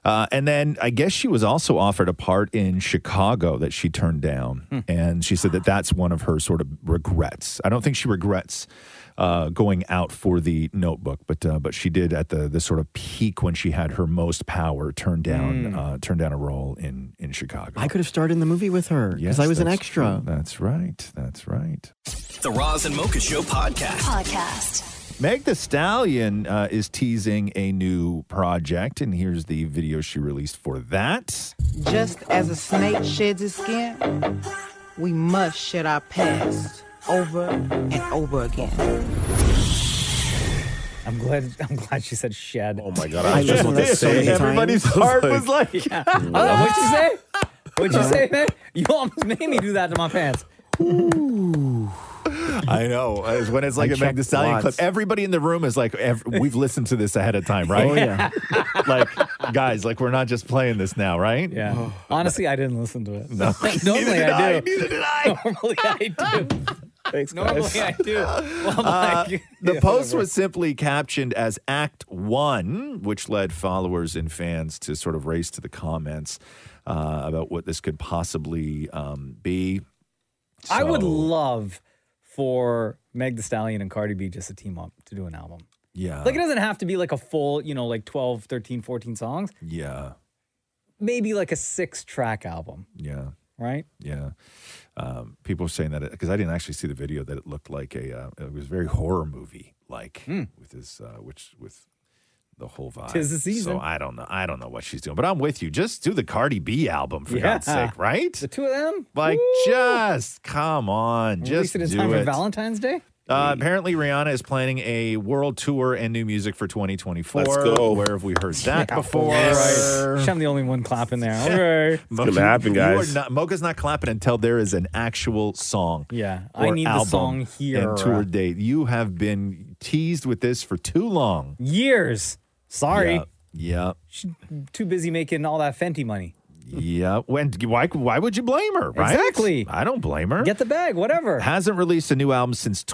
S9: Uh, and then I guess she was also offered a part in Chicago that she turned down. And she said that that's one of her sort of regrets. I don't think she regrets uh, going out for the notebook, but uh, but she did at the the sort of peak when she had her most power turn down uh, turn down a role in, in Chicago.
S1: I could have starred in the movie with her because I was an
S9: that's
S1: extra.
S9: true. That's right. That's right.
S14: The Roz and Mocha Show podcast.
S30: Podcast.
S9: Meg the Stallion uh, is teasing a new project, and here's the video she released for that.
S13: Just as a snake sheds its skin, we must shed our past over and over again.
S7: I'm glad. I'm glad she said shed. Oh
S10: my
S9: God,
S10: I I just listened want to to that so say many times. everybody's heart was
S7: like, what'd you say? What'd you say, man? You almost made me do that to my pants.
S9: I know. It's when it's like
S7: I
S9: a Meg the
S7: checked
S9: Stallion clip,
S7: lots.
S9: everybody in the room is like, ev- we've listened to this ahead of time, right?
S7: Oh, yeah.
S9: like, guys, like we're not just playing this now, right?
S7: Yeah. Honestly, I didn't listen to it.
S9: No.
S7: Normally,
S9: Neither
S7: I
S9: did
S7: do. Normally, I do.
S10: Thanks,
S7: Normally, I do. Well, I'm
S9: Uh,
S7: like-
S9: the
S7: Yeah,
S9: post
S7: whatever.
S9: was simply captioned as Act One, which led followers and fans to sort of race to the comments uh, about what this could possibly um, be.
S7: I would
S9: So-
S7: love for Meg The Stallion and Cardi B just to team up to do an album.
S9: Yeah.
S7: like it doesn't have to be like a full, you know, like 12, 13, 14 songs.
S9: Yeah.
S7: Maybe like a six track album,
S9: Yeah.
S7: right?
S9: Yeah. Um, people were saying that because I didn't actually see the video that it looked like a uh, it was very horror movie like with his uh, which with the whole vibe.
S7: Hmm. Tis the season.
S9: So I don't know. I don't know what she's doing, but I'm with you. Just do the Cardi B album for God's
S7: Yeah.
S9: sake, right? The
S7: two of them.
S9: Like just come on,
S7: Release
S9: just
S7: it in
S9: do
S7: time for
S9: it.
S7: Valentine's Day.
S9: Uh, apparently, Rihanna is planning a world tour and new music for 2024.
S7: Let's go.
S9: Where have we heard that
S7: Yeah.
S9: before?
S7: Yes. I'm the only one clapping there. All right.
S9: Mo- you- You are not, Mocha's not clapping until there is an actual song.
S7: Yeah, I
S9: or
S7: need the
S9: album
S7: song here.
S9: And tour date. You have been teased with this for too long.
S7: Years. Sorry.
S9: Yeah. Yeah.
S7: Too busy making all that Fenty money.
S9: yeah. When, why, why would you blame her, right?
S7: Exactly.
S9: I don't blame her.
S7: Get the bag, whatever.
S9: Hasn't released a new album since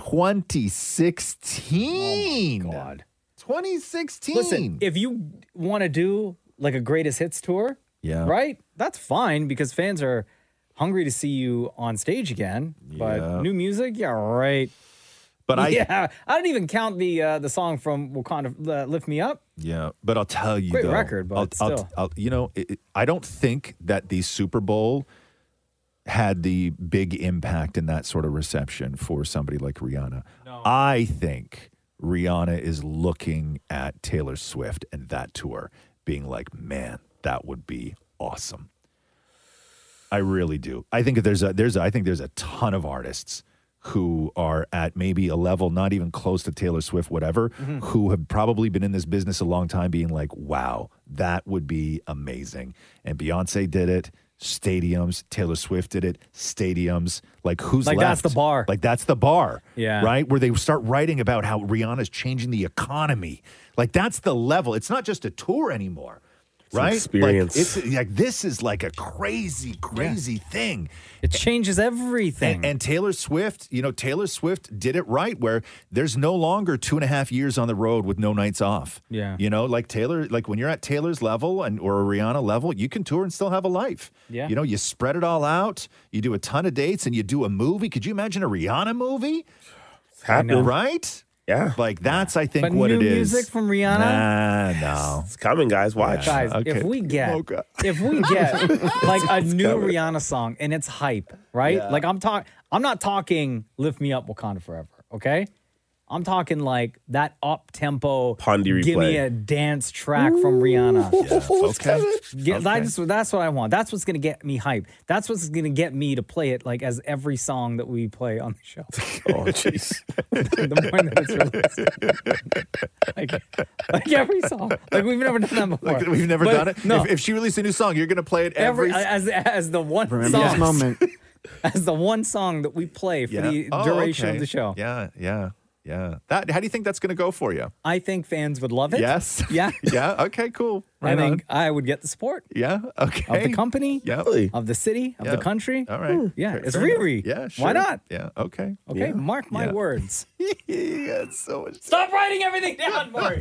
S9: 2016. Oh, God. 2016.
S7: Listen, if you want to do like a greatest hits tour,
S9: Yeah.
S7: right? That's fine because fans are hungry to see you on stage again.
S9: Yeah.
S7: But new music, yeah, right.
S9: But I-
S7: yeah, I don't even count the uh, the song from Wakanda, uh, "Lift Me Up."
S9: Yeah, but I'll tell you
S7: Great
S9: though,
S7: record, but
S9: I'll, I'll-
S7: still.
S9: I'll- you know, it, it- I don't think that the Super Bowl had the big impact in that sort of reception for somebody like Rihanna. I think Rihanna is looking at Taylor Swift and that tour, being like, "Man, that would be awesome." I really do. I think there's a there's a, I think there's a ton of artists who are at maybe a level not even close to Taylor Swift, whatever, who have probably been in this business a long time, being like, "Wow, that would be amazing." And Beyonce did it. Stadiums. Taylor Swift did it. Stadiums. Like who's
S7: Like,
S9: left?
S7: that's the bar.
S9: Like that's the bar.
S7: Yeah.
S9: Right? Where they start writing about how Rihanna's changing the economy. Like that's the level. It's not just a tour anymore.
S10: It's an
S9: Right? Like,
S10: experience.
S9: it's like this is like a crazy, crazy thing.
S7: It changes everything.
S9: And, and Taylor Swift, you know, Taylor Swift did it right where there's no longer two and a half years on the road with no nights off.
S7: Yeah.
S9: You know, like Taylor, like when you're at Taylor's level and or a Rihanna level, you can tour and still have a life.
S7: Yeah.
S9: You know, you spread it all out, you do a ton of dates and you do a movie. Could you imagine a Rihanna movie?
S10: happening.
S9: Right?
S10: Yeah.
S9: Like that's I think
S7: But
S9: what
S7: new
S9: it is.
S7: music from Rihanna?
S9: Nah, no.
S10: It's coming, guys. Watch. Oh,
S7: Guys, if we get if we get like a new Rihanna song and it's hype, right?
S10: Yeah.
S7: Like I'm talking I'm not talking lift me up Wakanda forever, okay? I'm talking like that up tempo.
S10: Pondy
S7: Give me
S10: replay.
S7: a dance track from Rihanna.
S10: Okay.
S7: Get, I just, that's what I want. That's what's gonna get me hype. That's what's gonna get me to play it like as every song that we play on the show.
S10: Oh jeez.
S7: the morning that it's released. like, like every song. Like we've never done that before.
S9: Like, we've never
S7: But
S9: done it.
S7: No.
S9: If, if she released a new song, you're going to play it every.
S7: every, as as the one
S9: Remember
S7: song
S9: this moment.
S7: as the one song that we play for
S9: Yeah.
S7: the
S9: Oh,
S7: duration
S9: okay.
S7: of the show.
S9: Yeah, yeah, yeah. That. How do you think that's going to go for you?
S7: I think fans would love it.
S9: Yes.
S7: Yeah.
S9: yeah. Okay. Cool.
S7: I
S9: Right
S7: think I would get the support.
S9: Yeah. Okay.
S7: Of the company.
S9: Yeah.
S7: Of the city. Of
S9: Yeah.
S7: the country.
S9: All right.
S7: Yeah.
S9: Fair-
S7: it's
S9: fair enough.
S7: Riri.
S9: Yeah. Sure.
S7: Why not?
S9: Yeah. Okay.
S7: Okay.
S9: Yeah.
S7: Mark my
S9: Yeah.
S7: words.
S9: so much.
S7: Stop writing everything down, Mark.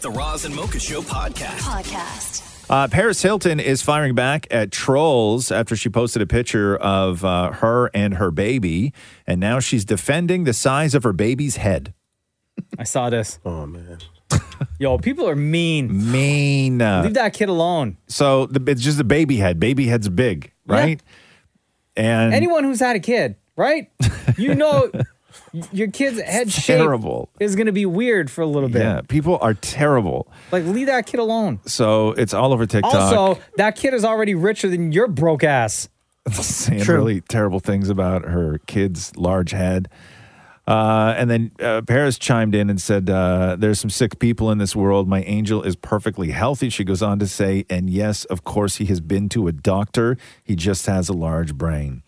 S14: The Roz and Mocha Show podcast. Podcast.
S9: Uh, Paris Hilton is firing back at trolls after she posted a picture of uh, her and her baby, and now she's defending the size of her baby's head.
S7: I saw this. Oh man. Yo, people are mean.
S9: Mean.
S7: Leave that kid alone.
S9: So the, it's just a baby head. Baby head's big, right? And
S7: Anyone who's had a kid, right? You know your kid's head shape
S9: terrible.
S7: is gonna be weird for a little bit.
S9: yeah, people are terrible.
S7: Like leave that kid alone.
S9: So it's all over TikTok.
S7: Also, that kid is already richer than your broke ass.
S9: saying really terrible things about her kid's large head. Uh, and then uh, Paris chimed in and said, uh, There's some sick people in this world. My angel is perfectly healthy. She goes on to say, And yes, of course, he has been to a doctor. He just has a large brain.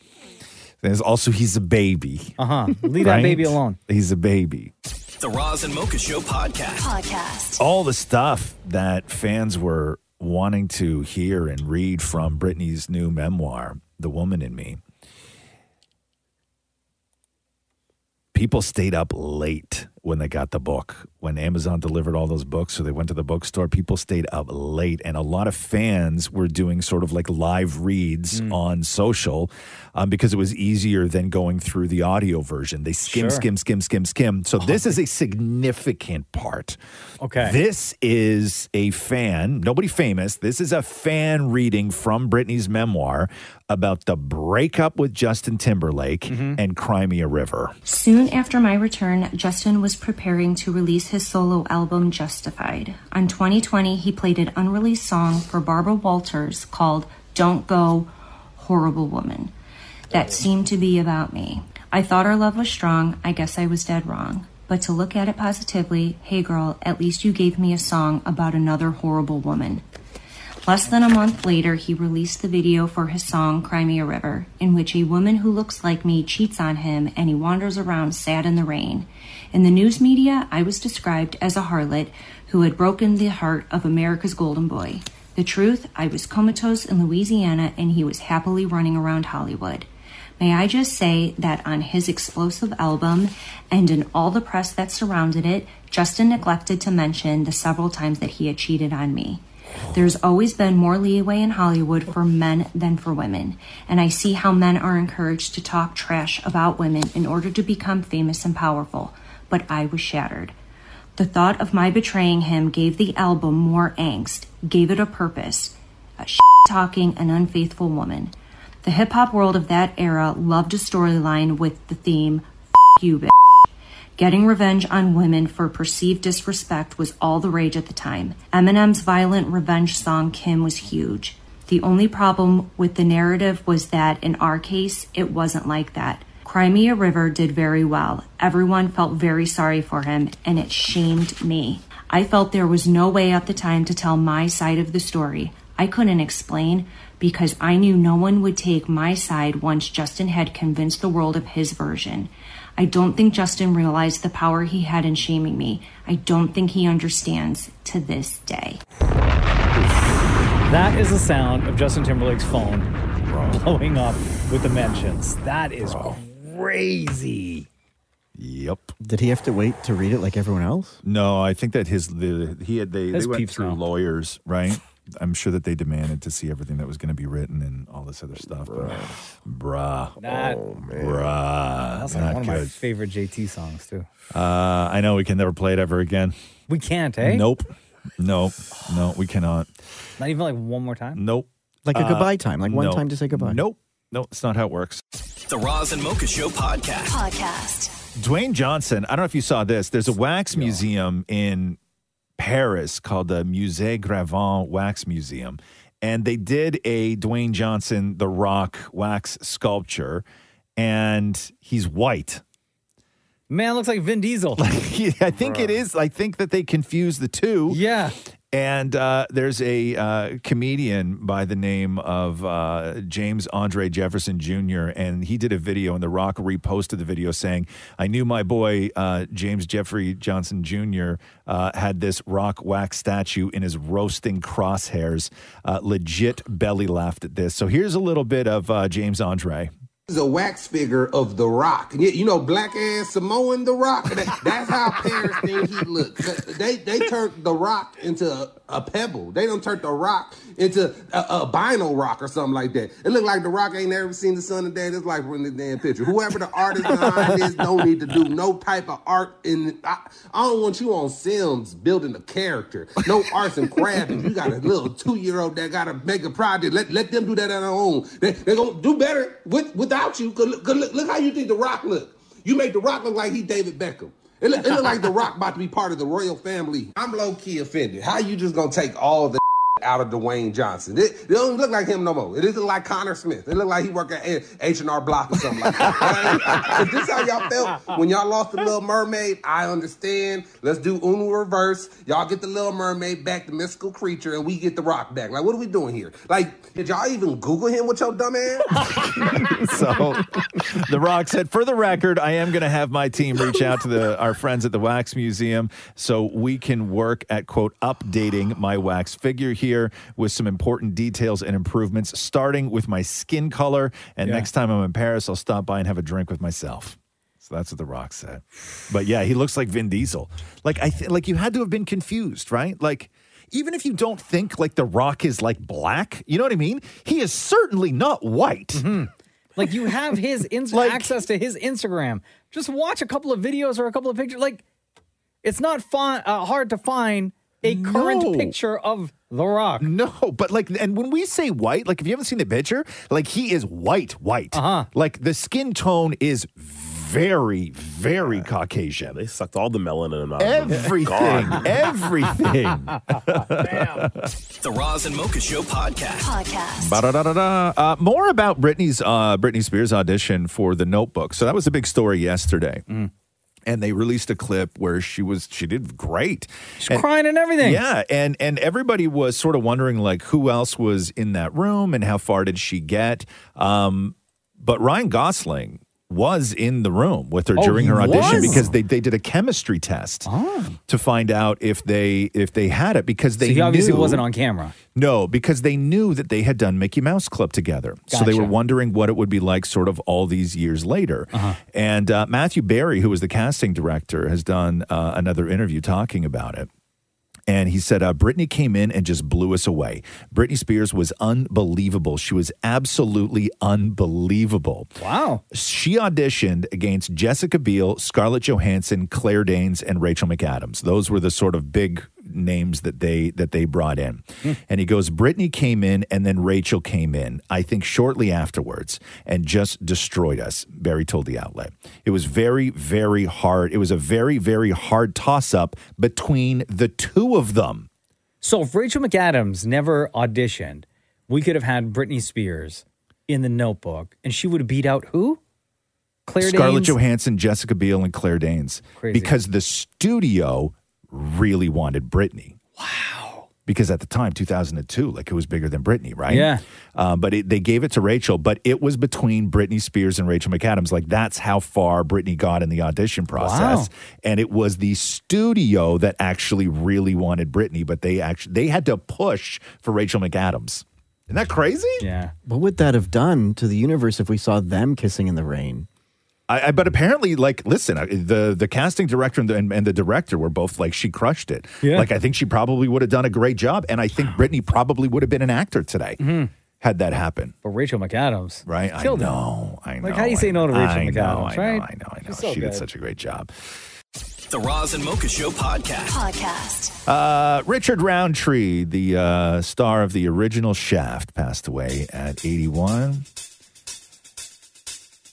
S9: There's also, he's a baby.
S7: Uh huh. Leave that baby alone.
S9: He's a baby.
S14: The Roz and Mocha Show podcast. Podcast.
S9: All the stuff that fans were wanting to hear and read from Britney's new memoir, The Woman in Me. People stayed up late when they got the book. When Amazon delivered all those books, so they went to the bookstore, people stayed up late. And a lot of fans were doing sort of like live reads on social um, because it was easier than going through the audio version. They skim,
S16: Sure.
S9: skim, skim, skim, skim. So this is a significant part.
S7: Oh, Okay.
S9: This is a fan, nobody famous. This is a fan reading from Britney's memoir about the breakup with Justin Timberlake
S7: Mm-hmm.
S9: and Crimea River.
S18: Soon after my return, Justin was preparing to release his solo album Justified. On 2020, he played an unreleased song for Barbara Walters called Don't Go, Horrible Woman. That seemed to be about me. I thought our love was strong. I guess I was dead wrong. But to look at it positively, hey girl, at least you gave me a song about another horrible woman. Less than a month later, he released the video for his song Crimea River, in which a woman who looks like me cheats on him and he wanders around sad in the rain. In the news media, I was described as a harlot who had broken the heart of America's golden boy. The truth, I was comatose in Louisiana and he was happily running around Hollywood. May I just say that on his explosive album and in all the press that surrounded it, Justin neglected to mention the several times that he had cheated on me. There's always been more leeway in Hollywood for men than for women, and I see how men are encouraged to talk trash about women in order to become famous and powerful, but I was shattered. The thought of my betraying him gave the album more angst, gave it a purpose. A talking and unfaithful woman. The hip hop world of that era loved a storyline with the theme, F you, bitch. Getting revenge on women for perceived disrespect was all the rage at the time. Eminem's violent revenge song Kim was huge. The only problem with the narrative was that in our case, it wasn't like that. Crimea River did very well. Everyone felt very sorry for him, and it shamed me. I felt there was no way at the time to tell my side of the story. I couldn't explain because I knew no one would take my side once Justin had convinced the world of his version. I don't think Justin realized the power he had in shaming me. I don't think he understands to this day.
S7: That is the sound of Justin Timberlake's phone blowing up with the mentions. That is crazy.
S9: Yep.
S1: Did he have to wait to read it like everyone else?
S9: No, I think that his the he had they, they
S1: That's
S9: went
S1: Pete's
S9: through lawyers, right? I'm sure that they demanded to see everything that was going to be written and all this other stuff. But, bruh,
S7: That-
S9: bruh,
S7: That's like
S9: Oh,
S7: one
S9: not
S7: of my
S9: good.
S7: favorite JT songs too.
S9: Uh, I know we can never play it ever again.
S7: We can't, eh?
S9: Nope, nope, no, we cannot.
S7: Not even like one more time.
S9: Nope.
S1: Like a
S9: Uh,
S1: goodbye time, like one
S9: no.
S1: time to say goodbye.
S9: Nope, nope, it's not how it works.
S14: The Roz and Mocha Show podcast. Podcast.
S9: Dwayne Johnson, I don't know if you saw this. There's a wax museum in Paris called the Musée Gravant Wax Museum. And they did a Dwayne Johnson, the rock wax sculpture, and he's white.
S7: Man, looks like Vin Diesel.
S9: I think it is. I think that they confuse the two.
S7: Yeah.
S9: And uh, there's a uh, comedian by the name of uh, James Andre Jefferson Jr., and he did a video, and The Rock reposted the video saying, I knew my boy, uh, James Jeffrey Johnson Jr., uh, had this rock wax statue in his roasting crosshairs. Uh, legit belly laughed at this. So here's a little bit of uh, James Andre.
S16: This is a wax figure of The Rock. You, you know, black ass Samoan The Rock. That- that's how Paris think he looks. They they turned The Rock into a, a pebble. They don't turn The Rock into a, a bino rock or something like that. It looked like The Rock ain't ever seen the sun of day. That's like in the damn picture. Whoever the artist behind this don't need to do no type of art. In I, I don't want you on Sims building a character. No arts and crafts. You got a little two year old that got to make a project. Let let them do that on their own. They they gonna do better with without you. 'Cause look, 'cause look, look how you think The Rock look. You make The Rock look like he David Beckham. It look, it look like The Rock about to be part of the royal family. I'm low key offended. How you just gonna take all the out of Dwayne Johnson? It, it don't look like him no more. It doesn't like Connor Smith. It look like he work at H and R Block or something like that. If this how y'all felt when y'all lost the Little Mermaid, I understand. Let's do Uno reverse. Y'all get the Little Mermaid back, the mystical creature, and we get the Rock back. Like what are we doing here? Like did y'all even Google him with your dumb ass?
S9: so the rock said for the record i am going to have my team reach out to the our friends at the wax museum so we can work at quote updating my wax figure here with some important details and improvements starting with my skin color and
S19: Yeah.
S9: next time i'm in paris i'll stop by and have a drink with myself so that's what the rock said but yeah he looks like vin diesel like i th- like you had to have been confused right like even if you don't think like the rock is like black you know what i mean he is certainly not white
S7: Mm-hmm. Like you have his ins- access to his Instagram. Just watch a couple of videos or a couple of pictures. Like it's not fun, uh, hard to find a current
S9: No.
S7: picture of The Rock.
S9: No, but like, and when we say white, like if you haven't seen the picture, like he is white, white. Uh-huh. Like the skin tone is very, very Caucasian. They
S10: sucked all the melanin out.
S3: of him.
S9: Everything,
S10: Gone.
S9: everything.
S3: The Roz and Mocha Show podcast. Podcast.
S9: Ba-da-da-da-da. Uh, more about Britney's uh, Britney Spears audition for The Notebook. So that was a big story yesterday.
S7: Mm.
S9: And they released a clip where she was she did great. She's
S7: crying and everything.
S9: Yeah, and and everybody was sort of wondering like who else was in that room and how far did she get? Um, but Ryan Gosling was in the room with her
S19: Oh,
S9: during
S19: he
S9: her audition
S19: was?
S9: because they, they did a chemistry test to find out if they if they had it because they
S7: Oh. so he obviously
S9: knew-
S7: wasn't on camera.
S9: no, because they knew that they had done Mickey Mouse Club together. So they were
S7: Gotcha. Uh-huh.
S9: wondering what it would be like sort of all these years later. And uh, Matthew Barry, who was the casting director, has done uh, another interview talking about it. And he said, uh, Brittany came in and just blew us away. Britney Spears was unbelievable. She was absolutely unbelievable.
S7: Wow.
S9: She auditioned against Jessica Biel, Scarlett Johansson, Claire Danes, and Rachel McAdams. Those were the sort of big names that they that they brought in. And he goes, Brittany came in and then Rachel came in, I think shortly afterwards, and just destroyed us, Barry told the outlet. It was very, very hard. It was a very, very hard toss up between the two of them.
S7: So if Rachel McAdams never auditioned, we could have had Britney Spears in the notebook and she would have beat out who? Claire
S9: Scarlett
S7: Danes?
S9: Johansson, Jessica Biel, and Claire Danes.
S7: Crazy.
S9: Because the studio really wanted Britney. Wow. Because at the time, 2002, like it was bigger than Britney, right?
S7: Yeah.
S9: Uh, but it, they gave it to Rachel, but it was between Britney Spears and Rachel McAdams. Like that's how far Britney got in the audition process.
S7: Wow.
S9: And it was the studio that actually really wanted Britney, but they actually they had to push for Rachel McAdams. Isn't that crazy?
S7: Yeah.
S1: What would that have done to the universe if we saw them kissing in the rain?
S9: I, I but apparently, like, listen, I- the the casting director and the, and, and the director were both like she crushed it.
S19: Yeah.
S9: Like, I think she probably would have done a great job, and I think Brittany probably would have been an actor today had that happened.
S7: Mm-hmm. But Rachel McAdams,
S9: right? I
S7: killed it.
S9: know, I know.
S7: Like, how do you say no to
S9: I
S7: Rachel
S9: know,
S7: McAdams,
S9: I know,
S7: right?
S9: I know, I know.
S7: She's so
S9: she
S7: good.
S9: did such a great job.
S3: The Roz and Mocha Show podcast. Podcast.
S9: Uh, Richard Roundtree, the uh, star of the original Shaft, passed away at 81.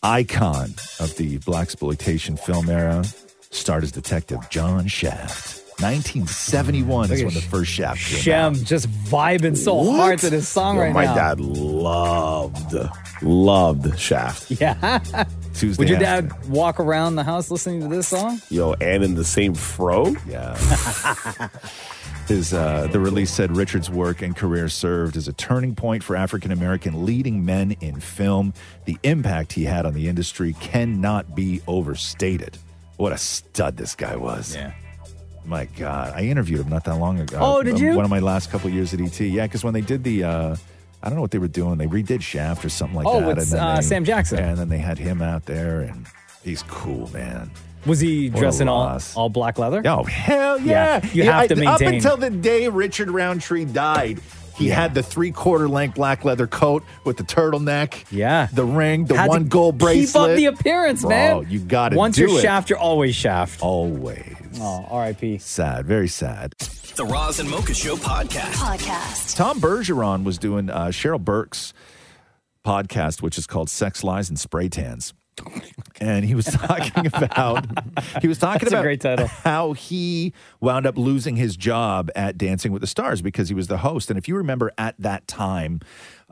S9: icon of the black exploitation film era, starred as Detective John Shaft. 1971 is
S7: Look
S9: when
S7: at
S9: the first Shaft came out.
S7: Shem just vibing so
S9: What?
S7: hard to this song
S9: Yo,
S7: right
S9: my
S7: now.
S9: dad
S10: loved, loved Shaft.
S7: Yeah.
S10: Tuesday
S7: Would your
S10: afternoon.
S7: dad walk around the house listening to this song?
S10: Yo, and in the same fro?
S9: Yeah. His, uh, the release said Richard's work and career served as a turning point for African American leading men in film. The impact he had on the industry cannot be overstated. What a stud this guy was. Yeah. My God. I interviewed him not that long ago.
S7: Oh, did
S9: Um,
S7: you?
S9: One of my last couple years at ET. Yeah, because when they did the, uh, I don't know what they were doing, they redid Shaft or something like
S7: Oh,
S9: that.
S7: with,
S9: and then
S7: uh,
S9: they-
S7: Sam Jackson.
S9: And then they had him out there, and he's cool, man.
S7: Was he
S9: What a
S7: dressed in all,
S9: loss.
S7: all black leather?
S9: Oh, hell yeah.
S7: You
S9: Yeah,
S7: have
S9: I-
S7: to maintain.
S9: Up until the day Richard Roundtree died, he had the three quarter length black leather coat with the turtleneck. Yeah. The ring, the
S7: Had to
S9: one gold
S7: Keep up
S9: bracelet.
S7: the appearance,
S9: Bro,
S7: man.
S9: You got to
S7: Once
S9: do
S7: you're
S9: it.
S7: shaft, you're always shaft.
S9: Always.
S7: Oh, R.I.P.
S9: Sad, very sad.
S3: The Roz and Mocha Show podcast. Podcast.
S9: Tom Bergeron was doing uh, Cheryl Burke's podcast, which is called Sex, Lies, and Spray Tans. And he was talking about he was talking
S7: That's a
S9: about
S7: great title.
S9: how he wound up losing his job at Dancing with the Stars because he was the host. And if you remember at that time,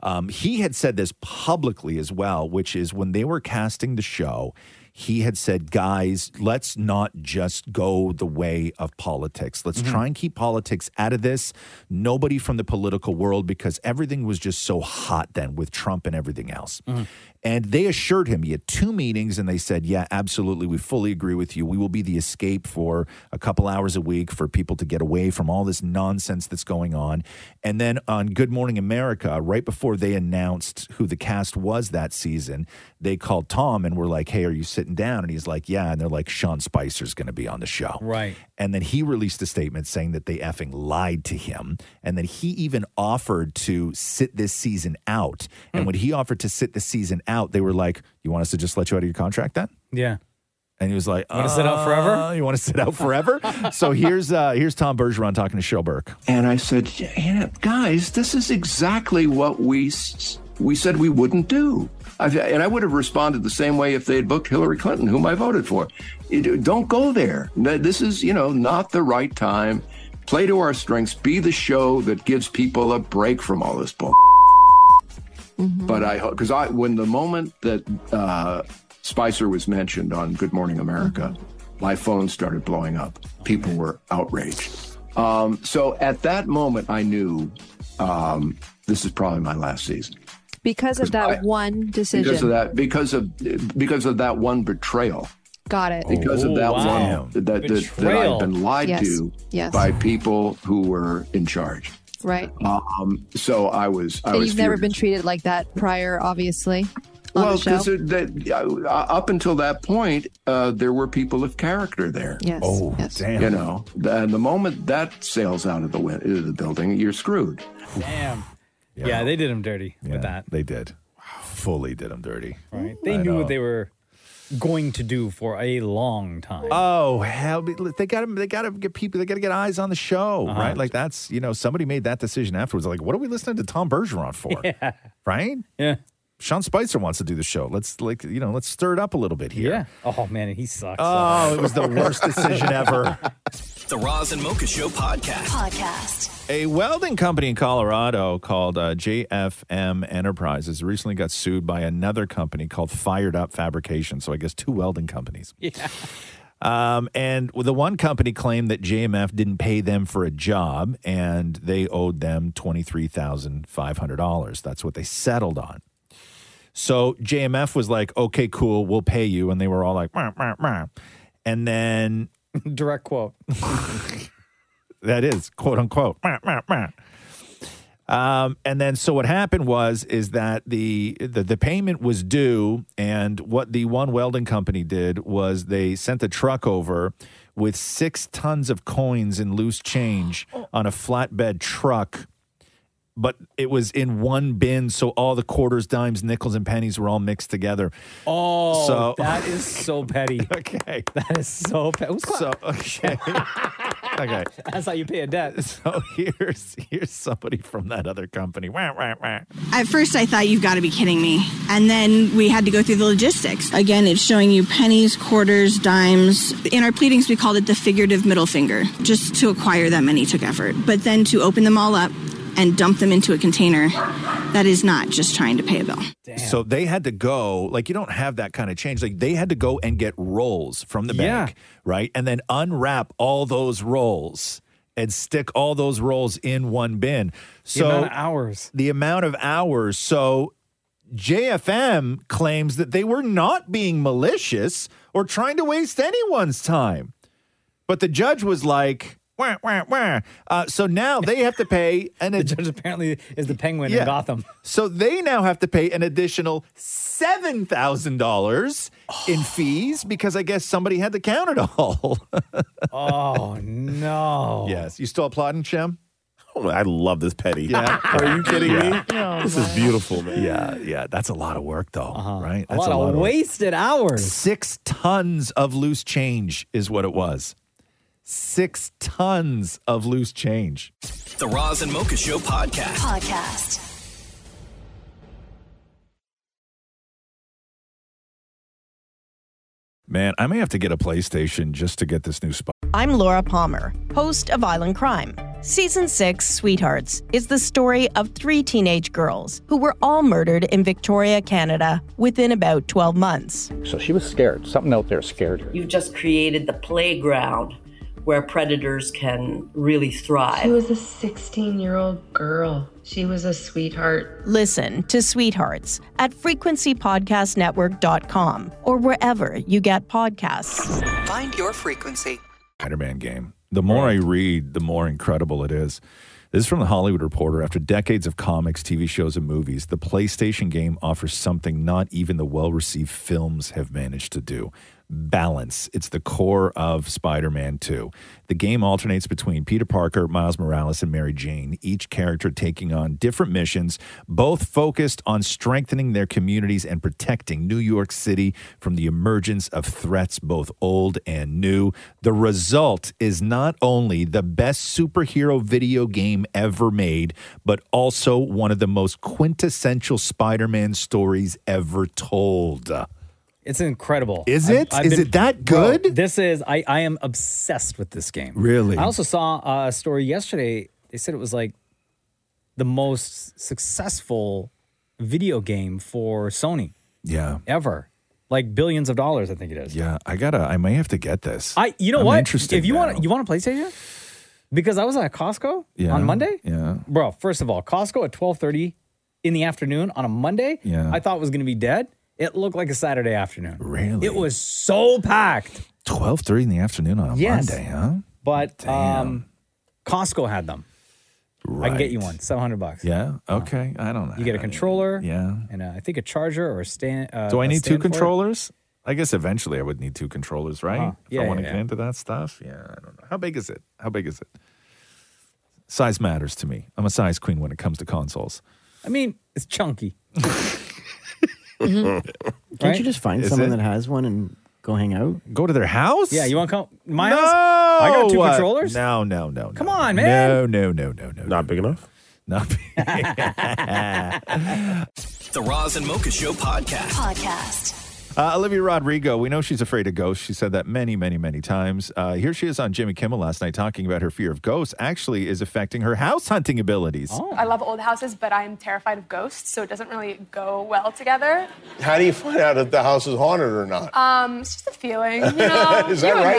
S9: um, he had said this publicly as well, which is when they were casting the show, he had said, guys, let's not just go the way of politics.
S7: Mm-hmm.
S9: Let's try and keep politics out of this. Nobody from the political world, because everything was just so hot then with Trump and everything else.
S10: Mm-hmm.
S9: And they assured him, he had two meetings, and they said, Yeah, absolutely. We fully agree with you. We will be the escape for a couple hours a week for people to get away from all this nonsense that's going on. And then on Good Morning America, right before they announced who the cast was that season, they called Tom and were like, Hey, are you sitting down? And he's like, Yeah. And they're like, Sean Spicer's going to be on the show.
S7: Right.
S9: And then he released a statement saying that they effing lied to him. And then he even offered to sit this season out.
S7: Hmm.
S9: And when he offered to sit the season out, they were like, You want us to just let you out of your contract then?
S7: Yeah.
S9: And he was like,
S7: You wanna sit out forever?
S9: "Uh, You want to sit out forever? so here's uh, here's Tom Bergeron talking to Cheryl Burke.
S12: And I said, "Hannah, guys, this is exactly what we s- we said we wouldn't do. I've, and I would have responded the same way if they had booked Hillary Clinton, whom I voted for. It- don't go there. No, This is, you know, not the right time. Play to our strengths. Be the show that gives people a break from all this bull. But I hope because I when the moment that uh, Spicer was mentioned on Good Morning America, my phone started blowing up. People were outraged. Um, so at that moment, I knew um, this is probably my last season
S19: Because of that one decision.
S12: because of that because of because of that one betrayal
S19: Got it.
S12: because of that one that, that, that,
S19: Betrayal.
S12: I've been lied
S19: Yes.
S12: to
S19: Yes.
S12: by people who were in charge.
S19: Right.
S12: Um, so I was I
S19: and
S12: was
S19: you've never
S12: furious.
S19: been treated like that prior, obviously. On
S12: well
S19: the show.
S12: because that uh, up until that point uh, there were people of character there.
S19: Yes.
S12: Oh damn! You know, the, and the moment that sails out of the win- of the building, you're screwed.
S7: Damn. Yeah. they did him dirty with that.
S9: They did. Fully did him dirty.
S7: Right. They
S9: I
S7: knew
S9: know.
S7: what they were going to do for a long time.
S9: Oh hell! They got to they got to get people. They got to get eyes on the show,
S7: Uh-huh.
S9: right? Like that's you know somebody made that decision afterwards. Like, what are we listening to Tom Bergeron for?
S7: Yeah.
S9: Right?
S7: Yeah.
S9: Sean Spicer wants to do the show. Let's like you know let's stir it up a little bit here.
S7: Yeah. Oh man, he sucks.
S9: Oh, it was the worst decision ever.
S3: The Roz and Mocha Show podcast. Podcast.
S9: A welding company in Colorado called uh, JFM Enterprises recently got sued by another company called Fired Up Fabrication. So I guess two welding companies.
S7: Yeah.
S9: Um, and the one company claimed that JMF didn't pay them for a job and they owed them $23,500. That's what they settled on. So JMF was like, okay, cool, we'll pay you. And they were all like, "Meow, meow, meow." and then
S7: direct quote.
S9: that is quote unquote. "Meow, meow, meow." Um, and then so what happened was is that the, the the payment was due, and what the one welding company did was they sent a truck over with six tons of coins in loose change on a flatbed truck. But it was in one bin, so all the quarters, dimes, nickels, and pennies were all mixed together.
S7: Oh,
S9: So-
S7: that is so petty.
S9: okay.
S7: That is so petty.
S9: So okay. Okay.
S7: That's how you pay a debt.
S9: So here's here's somebody from that other company. Wah, wah, wah.
S8: At first, I thought, you've got to be kidding me. And then we had to go through the logistics. Again, it's showing you pennies, quarters, dimes. In our pleadings, we called it the figurative middle finger. Just to acquire that many took effort. But then to open them all up and dump them into a container, that is not just trying to pay a bill.
S9: So they had to go, like, you don't have that kind of change. Like, they had to go and get rolls from the bank, right? And then unwrap all those rolls and stick all those rolls in one bin. So
S7: amount of
S9: hours. The amount of hours. So JFM claims that they were not being malicious or trying to waste anyone's time. But the judge was like, wah, wah, wah. Uh, so now they have to pay an The
S7: judge apparently is the penguin in Gotham.
S9: So they now have to pay an additional seven thousand dollars in fees because I guess somebody had to count it all.
S7: oh no.
S9: Yes. You still applauding, Shem?
S10: Oh, I love this petty.
S9: Yeah.
S10: Are you kidding
S9: Yeah.
S10: me?
S9: Oh,
S10: this is beautiful, man.
S9: Yeah, yeah. That's a lot of work though, right?
S7: Uh-huh. A lot of wasted hours.
S9: Six tons of loose change is what it was. Six tons of loose change.
S3: The Roz and Mocha Show podcast.
S20: Podcast.
S9: Man, I may have to get a PlayStation just to get this new spot.
S20: I'm Laura Palmer, host of Island Crime. Season 6, Sweethearts, is the story of three teenage girls who were all murdered in Victoria, Canada within about 12 months.
S23: So she was scared. Something out there scared her.
S24: You've just created the playground where predators can really
S23: She
S24: thrive.
S23: was-
S24: It
S23: It
S24: a
S23: 16 year old girl. She was a sweetheart.
S20: Listen to Sweethearts at frequencypodcastnetwork.com or wherever you get podcasts.
S29: Find your frequency.
S9: Spider Man game. The more I read, the more incredible it is. This is from the Hollywood Reporter. After decades of comics, TV shows, and movies, the PlayStation game offers something not even the well received films have managed to do balance. It's the core of Spider Man 2. The game alternates between Peter Parker, Miles Morales, and Mary Jane, each character taking on different missions, both focused on strengthening their communities and protecting New York City from the emergence of threats, both old and new. The result is not only the best superhero video game ever made, but also one of the most quintessential Spider Man stories ever told.
S7: It's incredible.
S9: Is
S7: I've-
S9: it?
S7: I've
S9: Is
S7: been-
S9: it that
S7: Bro,
S9: good?
S7: this is. I, I am obsessed with this game.
S9: Really?
S7: I also saw uh, a story yesterday. They said it was like the most successful video game for Sony
S9: yeah.
S7: ever. Like billions of dollars, I think it is.
S9: Yeah, I gotta. I may have to get this.
S7: I. You know
S9: I'm
S7: what?
S9: Interesting.
S7: If you want, you want a PlayStation? Because I was at Costco
S9: Yeah,
S7: on Monday.
S9: Yeah.
S7: bro first of all costco at 12.30 in the afternoon on a monday
S9: Yeah.
S7: i thought it was going to be dead it looked like a saturday afternoon
S9: really
S7: it was so packed
S9: Twelve thirty in the afternoon on a
S7: Yes.
S9: Monday, huh?
S7: but um costco had them i can get you one 700 bucks
S9: Yeah. Okay. I don't know.
S7: you get a controller
S9: yeah
S7: and uh, I think a charger or a stand uh,
S9: Do I
S7: a
S9: need two
S7: stand for it.
S9: controllers? I guess eventually I would need two controllers, right?
S7: Huh.
S9: If I
S7: Uh-huh. Yeah,
S9: want to
S7: yeah,
S9: get
S7: yeah.
S9: into that stuff. Yeah. I don't know. How big is it? How big is it? Size matters to me. I'm a size queen when it comes to consoles.
S7: i mean it's chunky
S1: Can't
S7: Right?
S1: you just find
S7: Is
S1: someone
S7: it?
S1: that has one and go hang out?
S9: Go to their house?
S7: yeah you want to come my
S9: no!
S7: house i got two
S9: Uh,
S7: controllers
S9: No, no, no.
S7: come on man
S9: No, no, no, no, no.
S10: Not big enough?
S9: Not
S3: The Roz and Mocha Show podcast.
S20: Podcast.
S9: Uh, Olivia Rodrigo, we know she's afraid of ghosts. She said that many, many, many times. Uh, here she is on Jimmy Kimmel last night talking about her fear of ghosts actually is affecting her house hunting abilities.
S7: Oh.
S17: I love old houses, but I'm terrified of ghosts, so it doesn't really go well together.
S31: How do you find out if the house is haunted or not?
S17: Um, it's just a feeling, you know.
S31: Is
S17: You
S31: that
S17: don't
S31: right?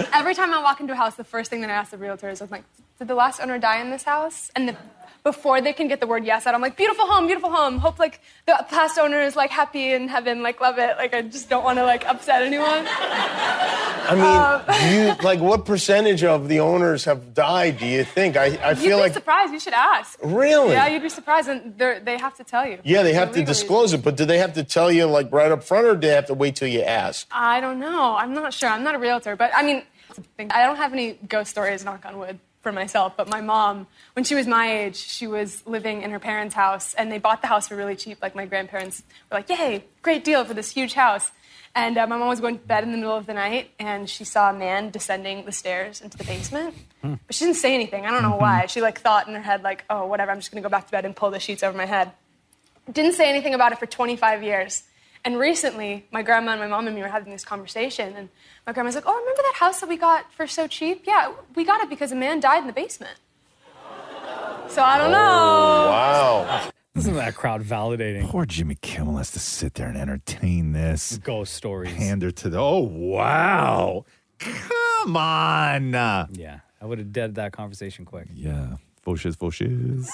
S17: know. Every time I walk into a house, the first thing that I ask the realtor is, I'm like, "Did the last owner die in this house?" And the, before they can get the word yes out, I'm like, "Beautiful home, beautiful home. Hope like the past owner is like happy in heaven, like love it. Like I just don't want to like upset anyone."
S31: I mean, do you like what percentage of the owners have died? Do you think? I, I
S17: you'd
S31: feel
S17: be
S31: like
S17: surprised. You should ask.
S31: Really?
S17: Yeah, you'd be surprised, and they're- they have to tell you.
S31: yeah, they
S17: for
S31: have to
S17: legal
S31: disclose it, but do they have to tell you like right up front, or do they have to wait till you ask?
S17: I don't know. I'm not sure. I'm not a realtor, but I mean, I don't have any ghost stories, knock on wood, for myself. But my mom, when she was my age, she was living in her parents' house, and they bought the house for really cheap. Like my grandparents were like, "Yay, great deal for this huge house." And uh, my mom was going to bed in the middle of the night, and she saw a man descending the stairs into the basement.
S26: Hmm.
S17: But she didn't say anything. I don't know why. She like thought in her head, like, oh, whatever. I'm just gonna go back to bed and pull the sheets over my head. Didn't say anything about it for 25 years. And recently, my grandma and my mom and me were having this conversation, and my grandma's like, oh, remember that house that we got for so cheap? Yeah, we got it because a man died in the basement. So I
S9: Oh,
S17: don't know.
S7: Wow. Isn't that crowd validating?
S9: Poor Jimmy Kimmel has to sit there and entertain this
S7: ghost stories.
S9: Pander to the oh wow, come on.
S7: Yeah, I would have dead that conversation quick.
S9: Yeah, Foshes, Foshes.